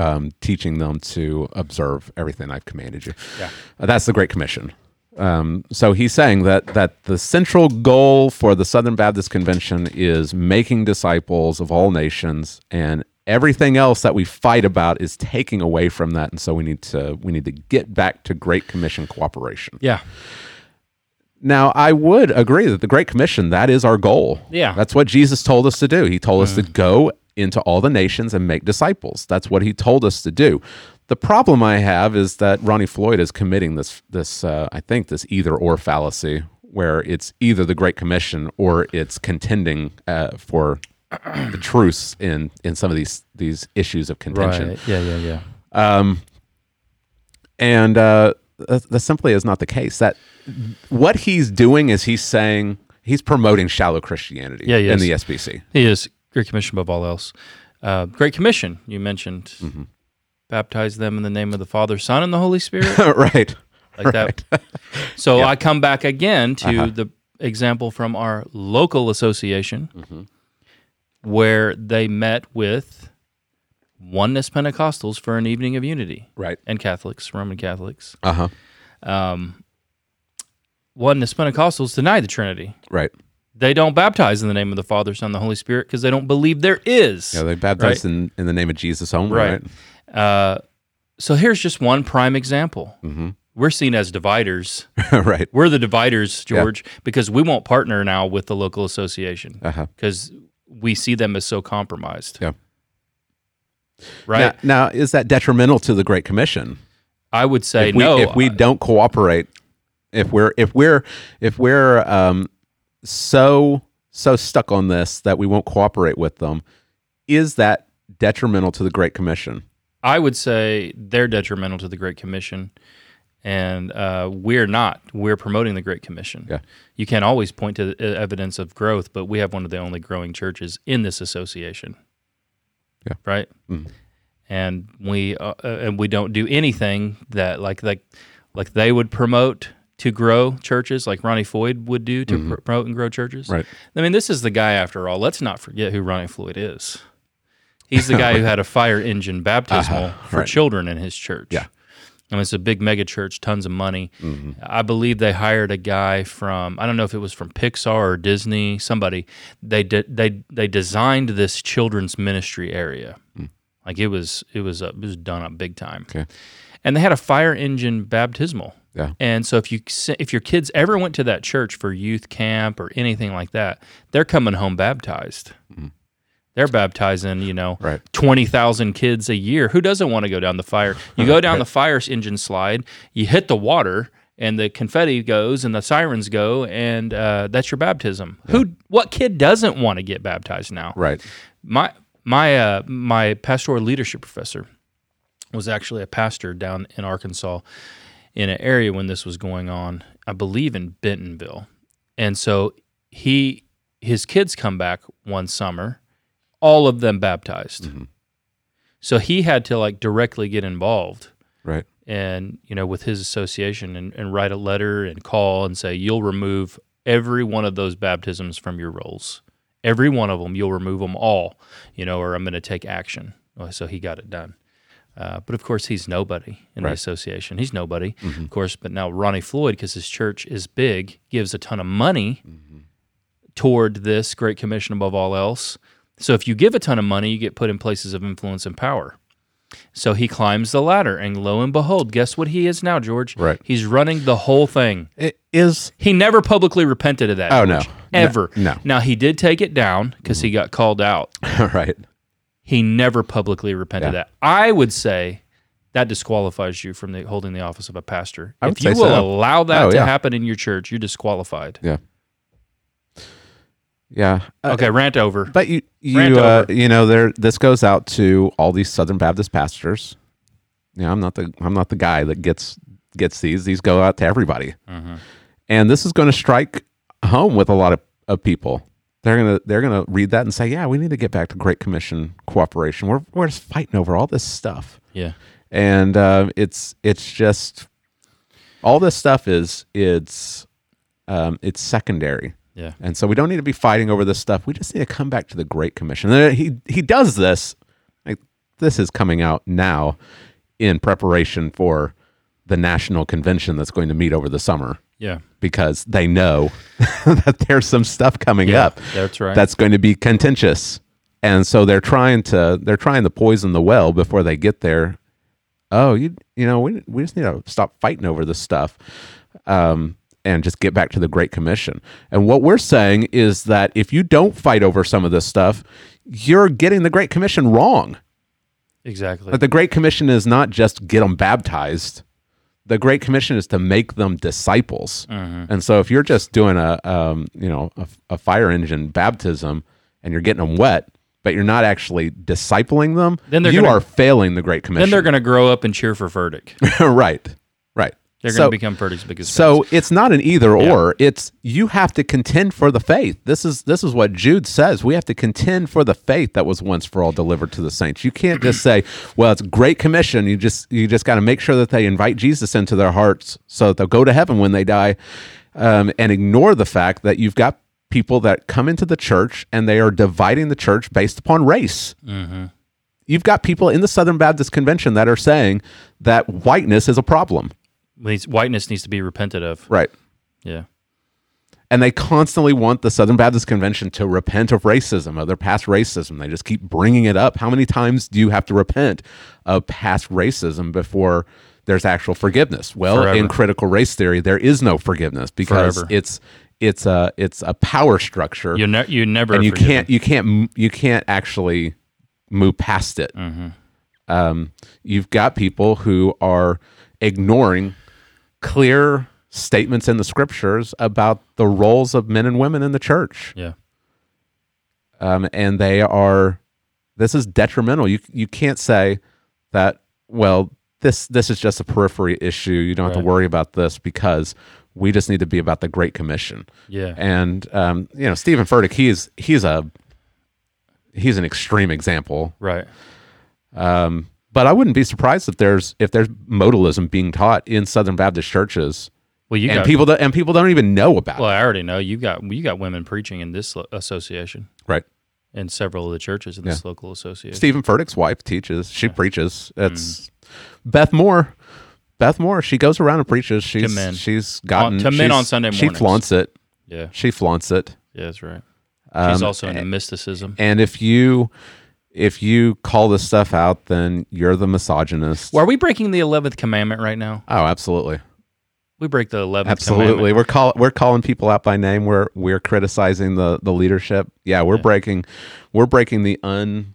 A: Um, teaching them to observe everything I've commanded you.
B: Yeah.
A: Uh, that's the Great Commission. Um, so he's saying that that the central goal for the Southern Baptist Convention is making disciples of all nations, and everything else that we fight about is taking away from that. And so we need to we need to get back to Great Commission cooperation.
B: Yeah.
A: Now, I would agree that the Great Commission, that is our goal.
B: Yeah. Mm.
A: That's what Jesus told us to do. He told us to go into all the nations and make disciples. That's what he told us to do. The problem I have is that Ronnie Floyd is committing this, this uh, I think, this either or fallacy, where it's either the Great Commission or it's contending uh, for the truce in, in some of these, these issues of contention
B: Right. Yeah. Yeah. Yeah.
A: and uh, that, that simply is not the case. That what he's doing is he's saying he's promoting shallow Christianity
B: Yeah, he
A: in
B: is.
A: the SBC.
B: He is Great Commission above all else. Uh, Great Commission, you mentioned. Baptize them in the name of the Father, Son, and the Holy [LAUGHS] Spirit,
A: [LAUGHS] right.
B: like that. So I come back again to the example from our local association, where they met with Oneness Pentecostals for an evening of unity,
A: Right.
B: and Catholics, Roman Catholics.
A: Uh huh.
B: Oneness Pentecostals deny the Trinity.
A: Right.
B: They don't baptize in the name of the Father, Son, and the Holy Spirit because they don't believe there is.
A: Yeah, they baptized in, in the name of Jesus only. Right.
B: Right. Uh, so here's just one prime example.
A: Mm-hmm.
B: We're seen as dividers. [LAUGHS]
A: Right. [LAUGHS]
B: We're the dividers, George, because we won't partner now with the local association
A: Uh huh.
B: because we see them as so compromised.
A: Yeah.
B: right?
A: Now, now, is that detrimental to the Great Commission?
B: I would say
A: If we,
B: no.
A: if we don't cooperate, if we're if we're if we're um, so so stuck on this that we won't cooperate with them, is that detrimental to the Great Commission?
B: I would say they're detrimental to the Great Commission, and uh, we're not. We're promoting the Great Commission.
A: Yeah.
B: You can always point to the uh, evidence of growth, but we have one of the only growing churches in this association.
A: Yeah. Mm-hmm.
B: Right. And we uh, uh, and we don't do anything that like like like they would promote to grow churches, like Ronnie Floyd would do to pro- promote and grow churches.
A: Mm-hmm. Right.
B: I mean, this is the guy after all. Let's not forget who Ronnie Floyd is. He's the
A: [LAUGHS]
B: guy who had a fire engine baptismal for
A: Uh-huh. right.
B: children in his church.
A: Yeah.
B: I mean, it's a big mega church, tons of money.
A: Mm-hmm.
B: I believe they hired a guy from I don't know if it was from Pixar or Disney, somebody. They de- they they designed this children's ministry area. Like it was it was up, it was done up big time.
A: Mm. Okay.
B: And they had a fire engine baptismal.
A: Yeah.
B: And so if you if your kids ever went to that church for youth camp or anything like that, they're coming home baptized. They're baptizing, you know,
A: Mm-hmm. Right.
B: twenty thousand kids a year. Who doesn't want to go down the fire? You go down the fire engine slide, you hit the water, and the confetti goes, and the sirens go, and uh, that's your baptism. Who? What kid doesn't want to get baptized now?
A: Right.
B: my my uh, my pastoral leadership professor was actually a pastor down in Arkansas in an area when this was going on, I believe in Bentonville. And so he his kids come back one summer, all of them baptized. So he had to like directly get involved
A: Right.
B: and you know with his association and, and write a letter and call and say you'll remove every one of those baptisms from your rolls every one of them you'll remove them all you know or i'm going to take action Well, so he got it done uh, but of course he's nobody in the
A: Right. Mm-hmm.
B: association he's nobody of course but now ronnie floyd because his church is big gives a ton of money
A: Mm-hmm.
B: toward this great commission above all else so if you give a ton of money you get put in places of influence and power so he climbs the ladder, and lo and behold, guess what he is now, George?
A: Right.
B: He's running the whole thing.
A: It is
B: He never publicly repented of that.
A: Oh, no.
B: George,
A: [LAUGHS]
B: ever.
A: No, Mm-hmm. no.
B: Now he did take it down because he got called out.
A: right.
B: He never publicly repented of
A: Yeah.
B: that. I would say that disqualifies you from the, holding the office of a pastor.
A: I would
B: if you
A: say
B: will
A: so.
B: allow that
A: Oh,
B: to
A: yeah.
B: happen in your church, you're disqualified.
A: Yeah. Yeah. Uh,
B: Okay, rant over.
A: But you,
B: Rant
A: you, uh,
B: over.
A: you know, there. This goes out to all these Southern Baptist pastors. Yeah, I'm not the I'm not the guy that gets gets these. These go out to everybody,
B: Mm-hmm.
A: and this is going to strike home with a lot of, of people. They're gonna they're gonna read that and say, yeah, we need to get back to Great Commission cooperation. We're we're just fighting over all this stuff,
B: yeah.
A: and uh, it's it's just all this stuff is it's um, it's secondary.
B: Yeah.
A: And so we don't need to be fighting over this stuff. We just need to come back to the Great Commission. And uh, he he does this. Like this is coming out now in preparation for the national convention that's going to meet over the summer
B: Yeah.
A: because they know [LAUGHS] that there's some stuff coming
B: Yeah,
A: up
B: that's right.
A: that's going to be contentious and so they're trying to they're trying to poison the well before they get there oh you you know we, we just need to stop fighting over this stuff um, and just get back to the great commission and what we're saying is that if you don't fight over some of this stuff you're getting the great commission wrong
B: Exactly.
A: but the Great Commission is not just get them baptized. The Great Commission is to make them disciples.
B: Mm-hmm.
A: And so if you're just doing a, um, you know, a, a fire engine baptism and you're getting them wet, but you're not actually discipling them,
B: Then they're
A: you
B: gonna-
A: are failing the Great Commission.
B: then they're going to grow up and cheer
A: [LAUGHS]
B: for Verdict.
A: to right, right.
B: They're going to
A: So-
B: become Verdict's biggest
A: so it's not an either or. It's you have to contend for the faith. This is this is what Jude says. We have to contend for the faith that was once for all delivered to the saints. You can't just say, "Well, it's great commission." You just you just got to make sure that they invite Jesus into their hearts so that they'll go to heaven when they die, um, and ignore the fact that you've got people that come into the church and they are dividing the church based upon race you've got people in the Southern Baptist Convention that are saying that whiteness is a problem.
B: Needs- Whiteness needs to be repented of.
A: Right.
B: Yeah.
A: And they constantly want the Southern Baptist Convention to repent of racism, of their past racism. They just keep bringing it up. How many times do you have to repent of past racism before there's actual forgiveness? Well,
B: Forever.
A: in critical race theory, there is no forgiveness because
B: Forever.
A: it's it's a it's a power structure,
B: You ne- you never
A: and you
B: forgive Mm-hmm.
A: can't you can't m- you can't actually move past it. um, you've got people who are ignoring clear statements in the scriptures about the roles of men and women in the church
B: Yeah.
A: um, and they are this is detrimental you you can't say that well this this is just a periphery issue you don't have
B: Right.
A: to worry about this because we just need to be about the great commission
B: Yeah.
A: and um, you know Stephen Furtick he's he's a he's an extreme example
B: right.
A: but I wouldn't be surprised if there's if there's modalism being taught in Southern Baptist churches
B: Well, you
A: and
B: got
A: people that, and people don't even know about
B: Well,
A: it
B: I already know you got you got women preaching in this lo- association
A: right
B: in several of the churches in this local association.
A: Stephen Furtick's wife teaches. She preaches. It's
B: Hmm.
A: Beth Moore. Beth Moore. She goes around and preaches. She's
B: men.
A: she's gotten
B: On- to men
A: she's-
B: on Sunday
A: She
B: mornings.
A: flaunts it.
B: Yeah.
A: She flaunts it.
B: Yeah, that's right.
A: Um,
B: She's also into mysticism.
A: And if you if you call this stuff out, then you're the misogynist.
B: Well, are we breaking the eleventh commandment right now?
A: oh, absolutely,
B: We break the eleventh.
A: absolutely. We're call we're calling people out by name. We're we're criticizing the the leadership. Yeah, we're breaking we're breaking the un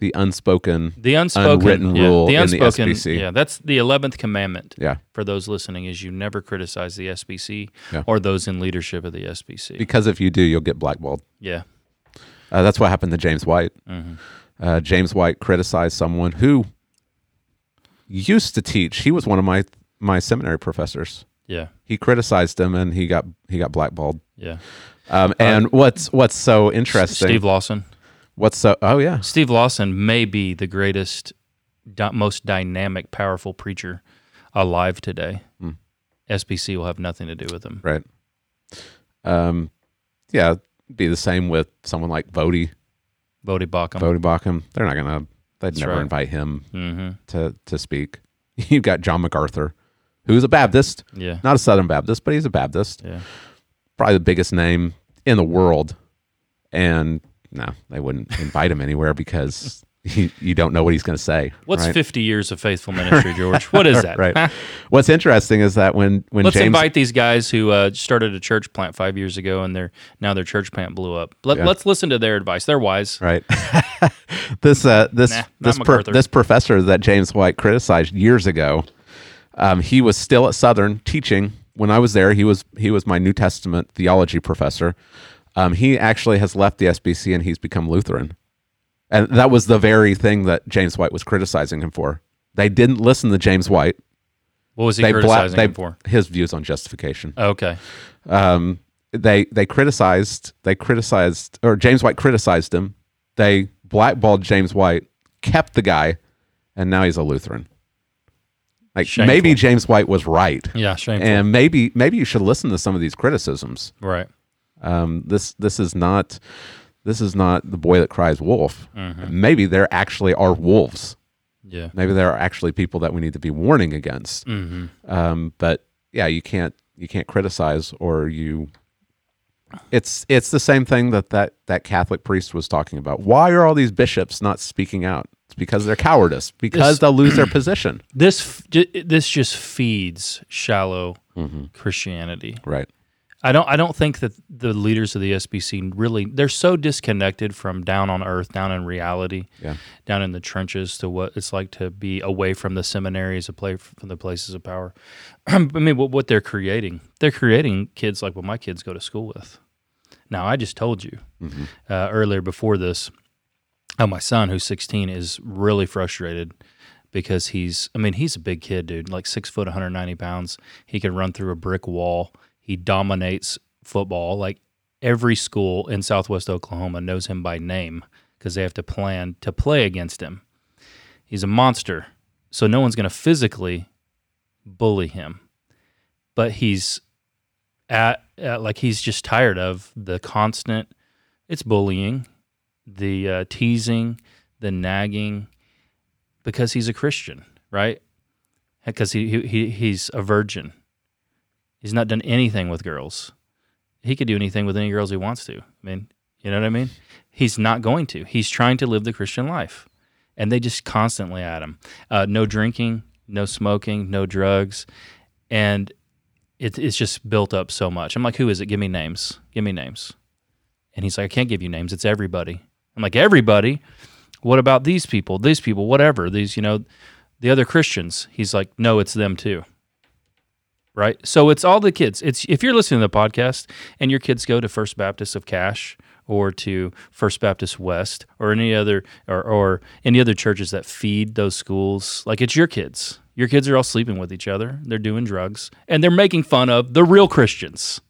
A: the unspoken
B: the unspoken
A: unwritten
B: yeah,
A: rule
B: the
A: in the
B: unspoken,
A: SBC.
B: Yeah, that's the eleventh commandment.
A: Yeah.
B: For those listening, is you never criticize the SBC
A: Yeah.
B: or those in leadership of the SBC.
A: because if you do, you'll get blackballed.
B: yeah.
A: Uh, that's what happened to James White. Uh, James White criticized someone who used to teach. He was one of my my seminary professors.
B: Yeah.
A: He criticized him, and he got he got blackballed.
B: Yeah.
A: Um, and what's what's so interesting?
B: Steve Lawson.
A: what's so? Oh yeah,
B: Steve Lawson may be the greatest, dy- most dynamic, powerful preacher alive today.
A: Hmm.
B: SBC will have nothing to do with him.
A: right. Um, yeah, be the same with someone like Vody
B: Bodie Bacham.
A: Vody Bakum. They're not gonna. They'd never
B: right. Mm-hmm.
A: invite him to to speak. [LAUGHS] You've got John MacArthur, who's a Baptist,
B: Yeah.
A: not a Southern Baptist, but he's a Baptist.
B: Yeah.
A: probably the biggest name in the world. And no, they wouldn't [LAUGHS] invite him anywhere because [LAUGHS] he, you don't know what he's going to say.
B: What's
A: right?
B: 50 years
A: [LAUGHS]
B: of faithful ministry, George? What is that? [LAUGHS]
A: right? What's interesting is that when when
B: Let's
A: James
B: invite these guys who uh, started a church plant five years ago and they're now their church plant blew up. Let, Let's listen to their advice. They're wise.
A: right [LAUGHS] this uh, this
B: Nah, not
A: this pro-
B: MacArthur.
A: this professor that James White criticized years ago, um, he was still at Southern teaching when I was there. He was he was my New Testament theology professor. Um, he actually has left the SBC and he's become Lutheran, and that was the very thing that James White was criticizing him for. They didn't listen to James White.
B: What was he
A: They bla-
B: criticizing
A: they-
B: him for?
A: his views on justification
B: Okay.
A: um, they they criticized they criticized or James White criticized him. They blackballed James White, kept the guy, and now he's a Lutheran. Like
B: Shameful.
A: maybe James White was right,
B: Yeah, shameful.
A: and maybe maybe you should listen to some of these criticisms.
B: right.
A: Um, this this is not this is not the boy that cries wolf.
B: Mm-hmm.
A: Maybe there actually are wolves.
B: Yeah.
A: Maybe there are actually people that we need to be warning against.
B: Mm-hmm.
A: Um, but yeah, you can't you can't criticize or you. It's it's the same thing that, that that Catholic priest was talking about. Why are all these bishops not speaking out? It's because they're cowardice. Because
B: This-
A: they'll lose their position.
B: [CLEARS THROAT] This f- ju- this just feeds shallow
A: Mm-hmm.
B: Christianity.
A: Right.
B: I don't I don't think that the leaders of the SBC really they're so disconnected from down on earth, down in reality,
A: Yeah.
B: down in the trenches to what it's like to be away from the seminaries, away from the places of power. [CLEARS THROAT] I mean, what, what they're creating, they're creating kids like what my kids go to school with. Now, I just told you uh, earlier before this how Oh, my son, who's 16, is really frustrated because he's, I mean, he's a big kid, dude, like six foot, 190 pounds. He can run through a brick wall. He dominates football. Like every school in Southwest Oklahoma knows him by name because they have to plan to play against him. He's a monster. So no one's going to physically bully him. But he's at, at like he's just tired of the constant it's bullying, the uh, teasing, the nagging because he's a Christian, right? Because he, he- he he's a virgin. He's not done anything with girls. He could do anything with any girls he wants to. I mean, you know what I mean? He's not going to. He's trying to live the Christian life, and they just constantly at him. Uh, no drinking, no smoking, no drugs, and it, it's just built up so much. I'm like, who is it? Give me names. Give me names. And he's like, I can't give you names. It's everybody. I'm like, everybody? What about these people? These people, whatever. These, you know, the other Christians. He's like, no, it's them too. Right? So it's all the kids. It's if you're listening to the podcast and your kids go to First Baptist of Cash or to First Baptist West or any other or, or any other churches that feed those schools, like it's your kids. Your kids are all sleeping with each other. They're doing drugs and they're making fun of the real Christians.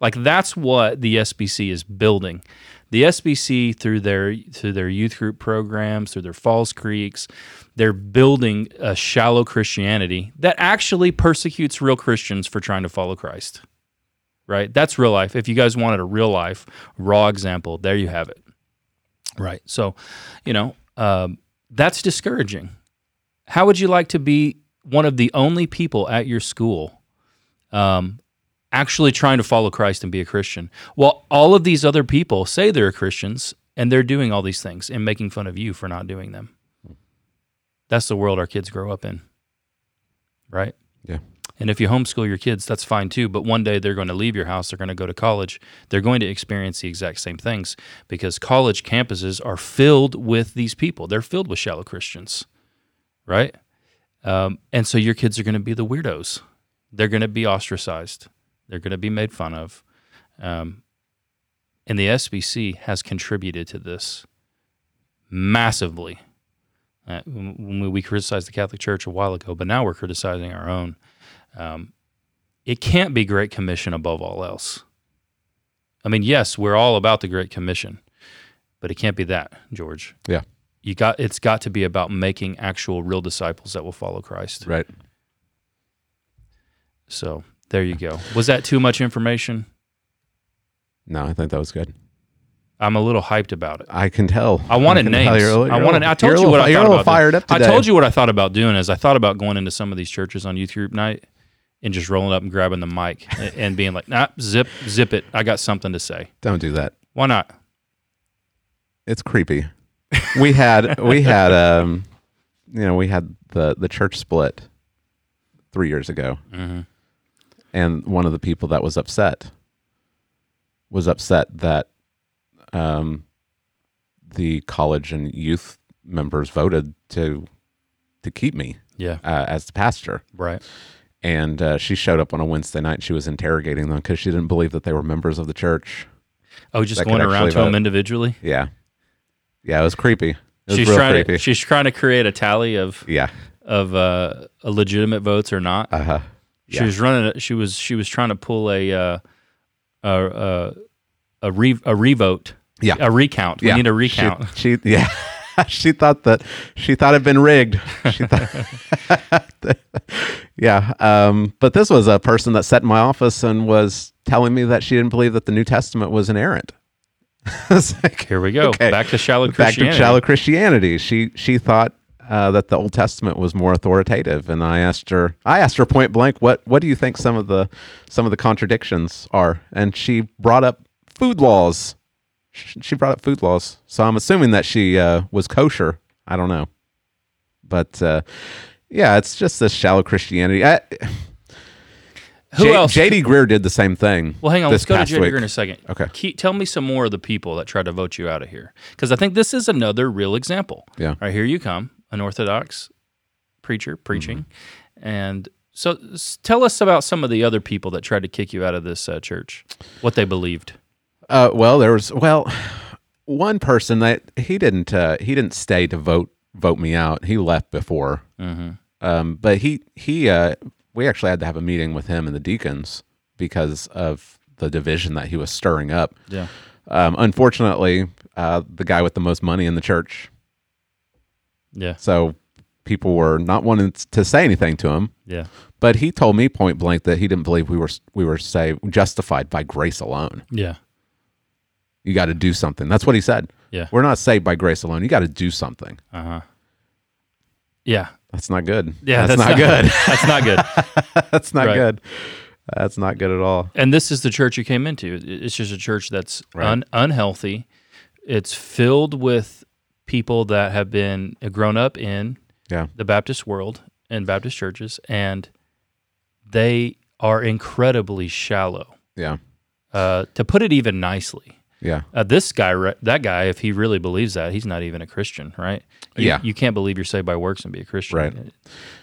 B: Like that's what the SBC is building. The SBC through their through their youth group programs, through their Falls Creeks, they're building a shallow Christianity that actually persecutes real Christians for trying to follow Christ. Right? That's real life. If you guys wanted a real life raw example, there you have it. Right. So, you know, um, that's discouraging. How would you like to be one of the only people at your school um, actually trying to follow Christ and be a Christian. Well, all of these other people say they're Christians and they're doing all these things and making fun of you for not doing them. That's the world our kids grow up in, right?
A: Yeah.
B: And if you homeschool your kids, that's fine too. But one day they're going to leave your house, they're going to go to college, they're going to experience the exact same things because college campuses are filled with these people. They're filled with shallow Christians, right? Um, and so your kids are going to be the weirdos. They're going to be ostracized. They're going to be made fun of. Um, and the SBC has contributed to this massively. Uh, when we- we criticized the Catholic Church a while ago, but now we're criticizing our own. Um, it can't be Great Commission above all else. I mean, yes, we're all about the Great Commission, but it can't be that, George.
A: Yeah.
B: You got it's got to be about making actual real disciples that will follow Christ.
A: Right.
B: So there you go. Was that too much information?
A: No, I think that was good.
B: I'm a little hyped about it.
A: I can tell.
B: I wanted
A: can
B: names.
A: tell [LAUGHS] you're-
B: I
A: you're
B: wanted.
A: a-
B: I
A: you're
B: told
A: a
B: you what
A: little-
B: I
A: you're
B: thought
A: a little
B: about.
A: fired up
B: I
A: today.
B: told you what I thought about doing is I thought about going into some of these churches on youth group night and just rolling up and grabbing
A: [LAUGHS]
B: the mic a- and being like, "Nah, zip, zip it. I got something to say.
A: Don't do that.
B: Why not?"
A: It's creepy. We had we had um, you know, we had the the church split three years ago,
B: Mm-hmm.
A: and one of the people that was upset was upset that um, the college and youth members voted to to keep me
B: Yeah.
A: uh, as the pastor.
B: Right.
A: and uh, she showed up on a Wednesday night. And she was interrogating them because she didn't believe that they were members of the church.
B: Oh, just
A: That could
B: going around
A: actually
B: to them
A: vote.
B: individually.
A: Yeah, yeah, it was creepy. It was
B: She's
A: real
B: trying
A: creepy.
B: to. She's trying to create a tally of
A: yeah,
B: of uh, legitimate votes or not.
A: uh huh.
B: She was running. a- She was. She was trying to pull a uh, a a a, re, a revote.
A: Yeah.
B: A recount. We
A: yeah.
B: need a recount.
A: She, she yeah, [LAUGHS] she thought that she thought it'd been rigged. She thought, [LAUGHS] yeah. Um, but this was a person that sat in my office and was telling me that she didn't believe that the New Testament was inerrant. [LAUGHS] It's like,
B: Here we go.
A: Okay.
B: Back to shallow
A: back
B: Christianity.
A: to shallow Christianity. She she thought uh, that the Old Testament was more authoritative, and I asked her. I asked her point blank, "What what do you think some of the some of the contradictions are?" And she brought up food laws. Sh- She brought up food laws, so I'm assuming that she uh, was kosher. I don't know, but uh, yeah, it's just this shallow Christianity. I,
B: Who
A: J-
B: else?
A: J.D. Greer did the same thing.
B: well, hang on.
A: this
B: Let's go to
A: past
B: J.D.
A: week.
B: Greer in a second.
A: Okay.
B: Keep, tell me some more of the people that tried to vote you out of here, because I think this is another real example.
A: Yeah.
B: All right here you come, an Orthodox preacher preaching,
A: Mm-hmm.
B: and so s- tell us about some of the other people that tried to kick you out of this uh, church, what they believed.
A: Uh, well, there was well, one person that he didn't uh, he didn't stay to vote vote me out. He left before, um, but he he uh, we actually had to have a meeting with him and the deacons because of the division that he was stirring up.
B: Yeah.
A: Um, unfortunately, uh, the guy with the most money in the church,
B: Yeah.
A: so people were not wanting to say anything to him.
B: Yeah.
A: But he told me point blank that he didn't believe we were we were say justified by grace alone.
B: Yeah.
A: You got to do something. That's what he said.
B: Yeah.
A: We're not saved by grace alone. You got to do something.
B: Yeah.
A: That's not good.
B: Yeah.
A: that's, not,
B: [LAUGHS]
A: good.
B: that's
A: [LAUGHS]
B: not good.
A: that's not
B: Right.
A: good. That's not good at all.
B: And this is the church you came into. It- It's just a church that's un- unhealthy. It's filled with people that have been uh, grown up in
A: Yeah.
B: the Baptist world and Baptist churches, and they are incredibly shallow.
A: Yeah.
B: Uh, to put it even nicely,
A: Yeah.
B: Uh, this guy, re- that guy, if he really believes that, he's not even a Christian, right? You,
A: Yeah.
B: You can't believe you're saved by works and be a Christian.
A: Right.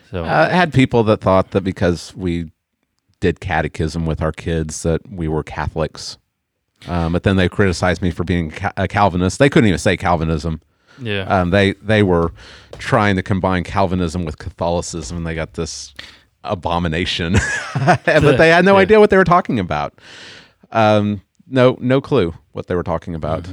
B: So,
A: I had people that thought that because we did catechism with our kids that we were Catholics. Um, but then they criticized me for being ca- a Calvinist. They couldn't even say Calvinism.
B: yeah.
A: Um, they they were trying to combine Calvinism with Catholicism, and they got this abomination. [LAUGHS] but they had no idea what they were talking about. Um, no, no clue what they were talking about.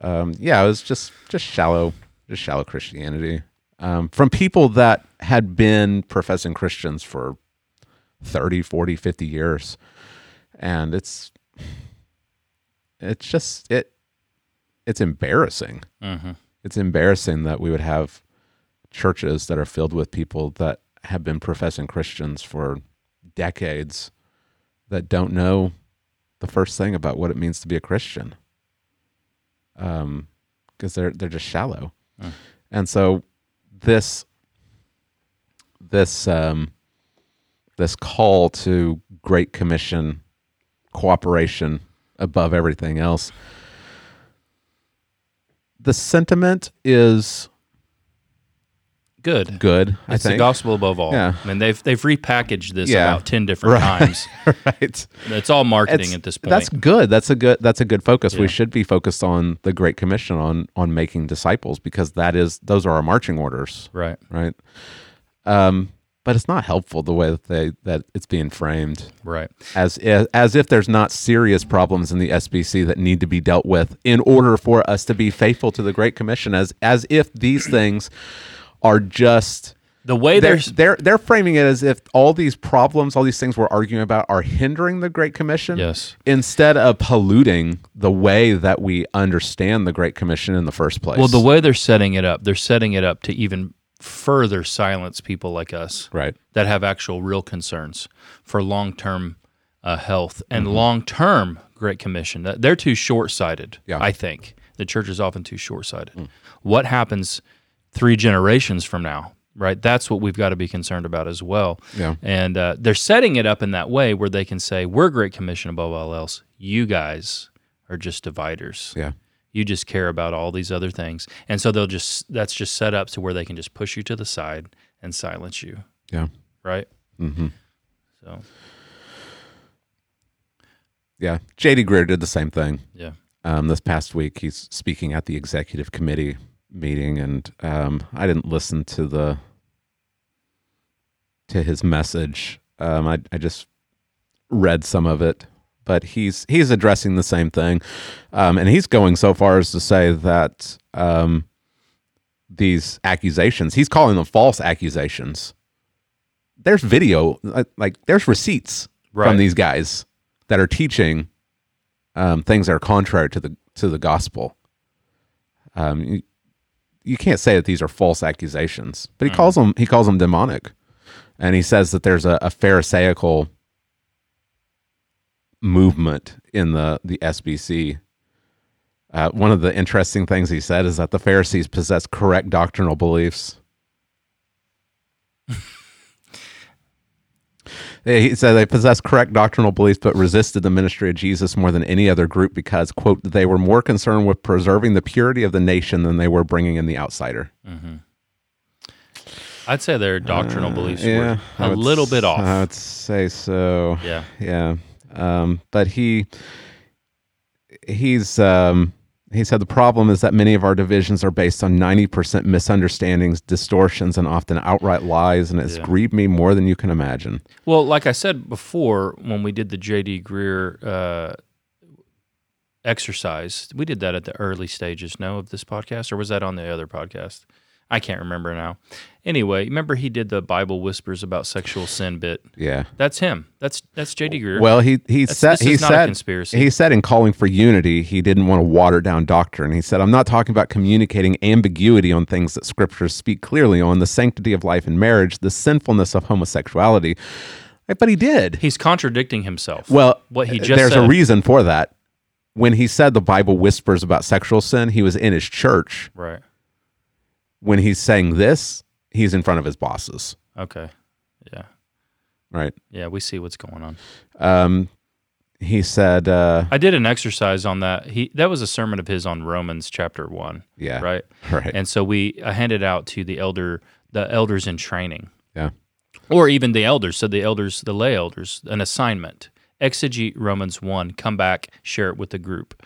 A: Um, yeah, it was just just shallow, just shallow Christianity um, from people that had been professing Christians for 30, 40, 50 years, and it's it's just it it's embarrassing it's embarrassing that we would have churches that are filled with people that have been professing Christians for decades that don't know the first thing about what it means to be a Christian. Um, because they're they're just shallow, and so this this um this call to Great Commission cooperation above everything else the sentiment is
B: good.
A: good. I
B: It's
A: think.
B: the gospel above all.
A: Yeah.
B: I mean, they've they've repackaged this
A: Yeah.
B: about ten different
A: Right. [LAUGHS]
B: times. [LAUGHS]
A: right.
B: It's all marketing
A: It's-
B: at this point.
A: That's good. That's a good. That's a good focus.
B: Yeah.
A: We should be focused on the Great Commission on on making disciples because that is those are our marching orders,
B: right.
A: right? Um, but it's not helpful the way that they that it's being framed
B: Right.
A: as if, as if there's not serious problems in the SBC that need to be dealt with in order for us to be faithful to the Great Commission. As as if these things are just
B: The way
A: they're,
B: there's
A: they're they're framing it as if all these problems, all these things we're arguing about, are hindering the Great Commission.
B: Yes.
A: Instead of polluting the way that we understand the Great Commission in the first place.
B: well, the way they're setting it up, they're setting it up to even further silence people like us.
A: right.
B: that have actual real concerns for long term uh, health and
A: Mm-hmm.
B: long term Great Commission. That- They're too short sighted,
A: Yeah. Mm.
B: I think. The church is often too short sighted. What happens three generations from now? Right, that's what we've got to be concerned about as well.
A: Yeah.
B: and uh, they're setting it up in that way where they can say, "We're Great Commission above all else. You guys are just dividers.
A: Yeah.
B: You just care about all these other things." And so they'll just that's just set up to where they can just push you to the side and silence you
A: Yeah.
B: right? Mm-hmm. So
A: Yeah. J.D. Greer did the same thing.
B: yeah,
A: um, this past week. He's speaking at the executive committee meeting, and um, I didn't listen to the to his message. Um, I, I just read some of it, but he's he's addressing the same thing, um, and he's going so far as to say that um, these accusations he's calling them false accusations. There's video, like- like there's receipts
B: Right.
A: from these guys that are teaching um, things that are contrary to the to the gospel. Um, you, you can't say that these are false accusations, but he calls them he calls them demonic, and he says that there's a, a Pharisaical movement in the the SBC. Uh, one of the interesting things he said is that the Pharisees possess correct doctrinal beliefs. [LAUGHS] Yeah, He said they possessed correct doctrinal beliefs, but resisted the ministry of Jesus more than any other group because, quote, they were more concerned with preserving the purity of the nation than they were bringing in the outsider.
B: I'd say their doctrinal beliefs
A: Uh, yeah,
B: were
A: I
B: a
A: would
B: little
A: s-
B: bit off.
A: I would say so.
B: Yeah.
A: yeah. Um, but he he's um, he said the problem is that many of our divisions are based on ninety percent misunderstandings, distortions, and often outright lies, and it's grieved me more than you can imagine.
B: well, like I said before, when we did the J.D. Greer uh, exercise, we did that at the early stages. No, of this podcast, or was that on the other podcast? I can't remember now. Anyway, remember he did the Bible whispers about sexual sin bit.
A: Yeah.
B: That's him. That's that's J.D. Greer.
A: Well, he he
B: That's-
A: said
B: this is
A: he
B: not a
A: said
B: conspiracy.
A: he said in calling for unity, he didn't want to water down doctrine. He said, "I'm not talking about communicating ambiguity on things that scriptures speak clearly on, the sanctity of life and marriage, the sinfulness of homosexuality." Like, But he did.
B: he's contradicting himself.
A: Well,
B: what he
A: uh,
B: just
A: there's
B: said.
A: a reason for that. When he said the Bible whispers about sexual sin, he was in his church.
B: right.
A: When he's saying this, he's in front of his bosses,
B: Okay. Yeah.
A: right?
B: Yeah. We see what's going on.
A: Um, he said, uh,
B: I did an exercise on that. He that was a sermon of his on Romans chapter one.
A: Yeah,
B: Right.
A: right.
B: And so we I handed out to the elder the elders in training.
A: yeah,
B: Or even the elders, so the elders, the lay elders, an assignment. Exegete Romans one, come back, share it with the group.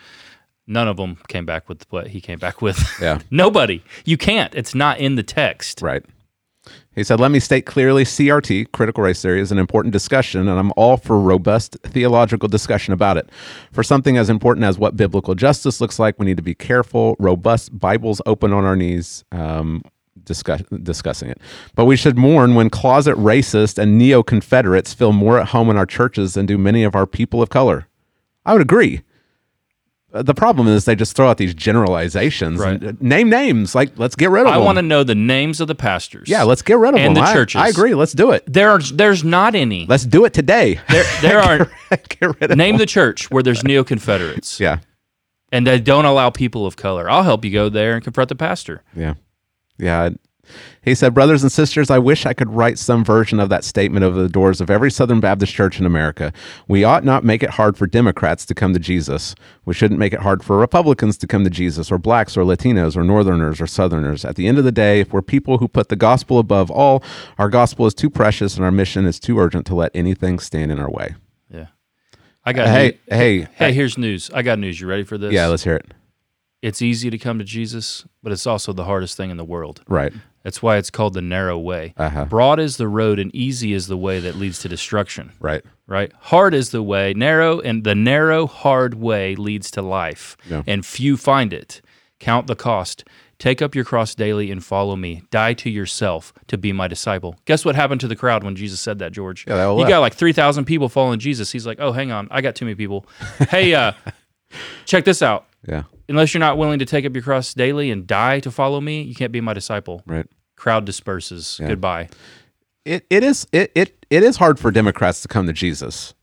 B: None of them came back with what he came back with.
A: Yeah.
B: [LAUGHS] Nobody. You can't. It's not in the text.
A: Right. He said, Let me state clearly CRT, critical race theory, is an important discussion, and I'm all for robust theological discussion about it. For something as important as what biblical justice looks like, we need to be careful, robust, Bibles open on our knees. Um, Discuss, discussing it. But we should mourn when closet racist and neo Confederates feel more at home in our churches than do many of our people of color. I would agree. Uh, The problem is they just throw out these generalizations.
B: Right.
A: and, uh, name names. Like, let's get rid of
B: I
A: them.
B: want to know the names of the pastors.
A: Yeah, let's get rid of
B: and
A: them.
B: the
A: I,
B: churches.
A: I agree. Let's do it.
B: There are there's not any.
A: Let's do it today. [LAUGHS]
B: There there are
A: get rid of
B: name the church where there's neo
A: [LAUGHS]
B: Confederates.
A: Yeah,
B: and they don't allow people of color. I'll help you go there and confront the pastor.
A: yeah, yeah. He said, "Brothers and sisters, I wish I could write some version of that statement over the doors of every Southern Baptist church in America. We ought not make it hard for Democrats to come to Jesus. We shouldn't make it hard for Republicans to come to Jesus, or blacks, or Latinos, or Northerners, or Southerners. At the end of the day, if we're people who put the gospel above all, our gospel is too precious and our mission is too urgent to let anything stand in our way."
B: Yeah. I got
A: Hey,
B: new-
A: hey,
B: hey, here's news. I got news. You ready for this?
A: Yeah, let's hear it.
B: It's easy to come to Jesus, but it's also the hardest thing in the world.
A: Right.
B: That's why it's called the narrow way.
A: Uh-huh.
B: Broad is the road and easy is the way that leads to destruction.
A: Right.
B: Right? Hard is the way, narrow and the narrow hard way leads to life.
A: Yeah.
B: And few find it. Count the cost. Take up your cross daily and follow me. Die to yourself to be my disciple. Guess what happened to the crowd when Jesus said that, George?
A: Yeah, they all
B: you
A: left.
B: got like 3,000 people following Jesus. He's like, "Oh, hang on. I got too many people.
A: [LAUGHS]
B: Hey, uh check this out.
A: Yeah.
B: Unless you're not willing to take up your cross daily and die to follow me, you can't be my disciple."
A: Right.
B: crowd disperses. Goodbye.
A: It it is it, it it is hard for Democrats to come to Jesus.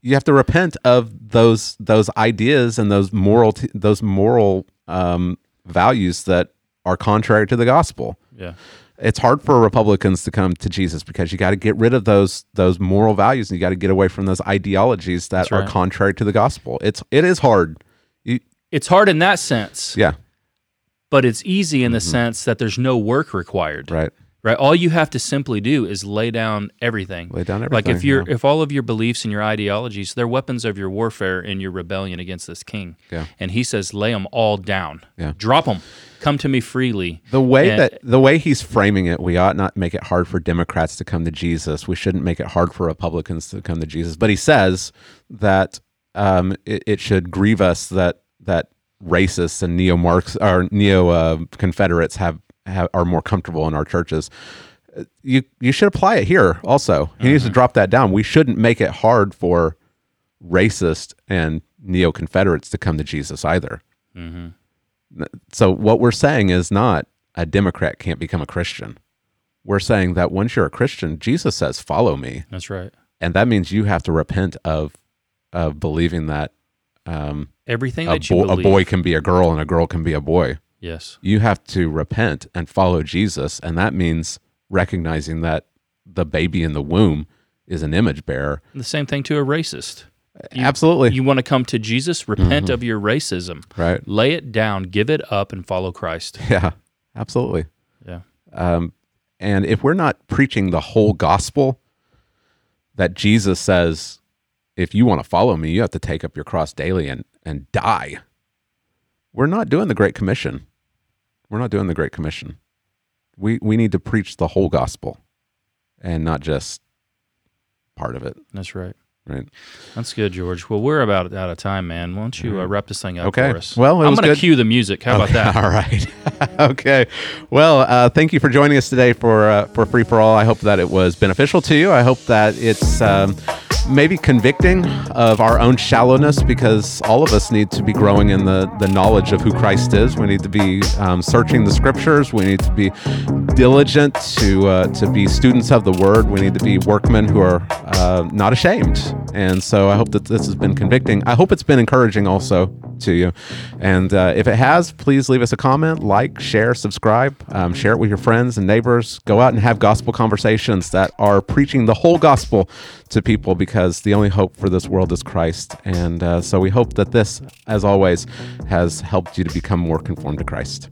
A: You have to repent of those those ideas and those moral t- those moral um, values that are contrary to the gospel.
B: Yeah.
A: It's hard for Republicans to come to Jesus because you got to get rid of those those moral values and you got to get away from those ideologies that are
B: right.
A: contrary to the gospel. It's it is hard. You,
B: It's hard in that sense,
A: yeah,
B: but it's easy in the sense that there's no work required.
A: Mm-hmm. right.
B: Right? All you have to simply do is lay down everything.
A: Lay down
B: Like if
A: everything,
B: you're if all of your beliefs and your ideologies, they're weapons of your warfare and your rebellion against this king.
A: Yeah.
B: And he says, "Lay them all down.
A: Yeah.
B: Drop them. Come to me freely."
A: The way
B: And-
A: that the way he's framing it, we ought not make it hard for Democrats to come to Jesus. We shouldn't make it hard for Republicans to come to Jesus. But he says that um, it, it should grieve us that that racists and neo Marx or neo uh, Confederates have, have are more comfortable in our churches. Uh, You you should apply it here also. He needs to drop that down. We shouldn't make it hard for racist and neo Confederates to come to Jesus either. So what we're saying is not a Democrat can't become a Christian. We're saying that once you're a Christian, Jesus says, "Follow me,"
B: That's right.
A: and that means you have to repent of of believing that um,
B: Everything
A: a,
B: that you
A: bo- a
B: believe.
A: boy can be a girl and a girl can be a boy.
B: Yes.
A: You have to repent and follow Jesus, and that means recognizing that the baby in the womb is an image bearer.
B: The same thing to a racist.
A: Absolutely,
B: You want to come to Jesus, repent of your racism.
A: Mm-hmm. right?
B: Lay it down, give it up and follow Christ.
A: [LAUGHS] Yeah, absolutely. Um,
B: Yeah.
A: And if we're not preaching the whole gospel, that Jesus says, if you want to follow me, you have to take up your cross daily and, and die, we're not doing the Great Commission. We're not doing the Great Commission. We, we need to preach the whole gospel and not just part of it,
B: That's right.
A: right?
B: That's good, George. Well, we're about out of time, man. Why don't you uh, wrap this thing up
A: Mm-hmm. Okay.
B: for us?
A: Well, it
B: I'm
A: was
B: gonna
A: good.
B: cue the music. How about
A: [LAUGHS]
B: that?
A: All right. [LAUGHS] okay. Well, uh, thank you for joining us today for uh, for free for all. I hope that it was beneficial to you. I hope that it's um, maybe convicting of our own shallowness because all of us need to be growing in the the knowledge of who Christ is. We need to be um, searching the scriptures. We need to be diligent to uh, to be students of the word. We need to be workmen who are uh, not ashamed. And so I hope that this has been convicting. I hope it's been encouraging also to you. And uh, if it has, please leave us a comment, like, share, subscribe, um, share it with your friends and neighbors. Go out and have gospel conversations that are preaching the whole gospel to people because the only hope for this world is Christ. And uh, so we hope that this, as always, has helped you to become more conformed to Christ.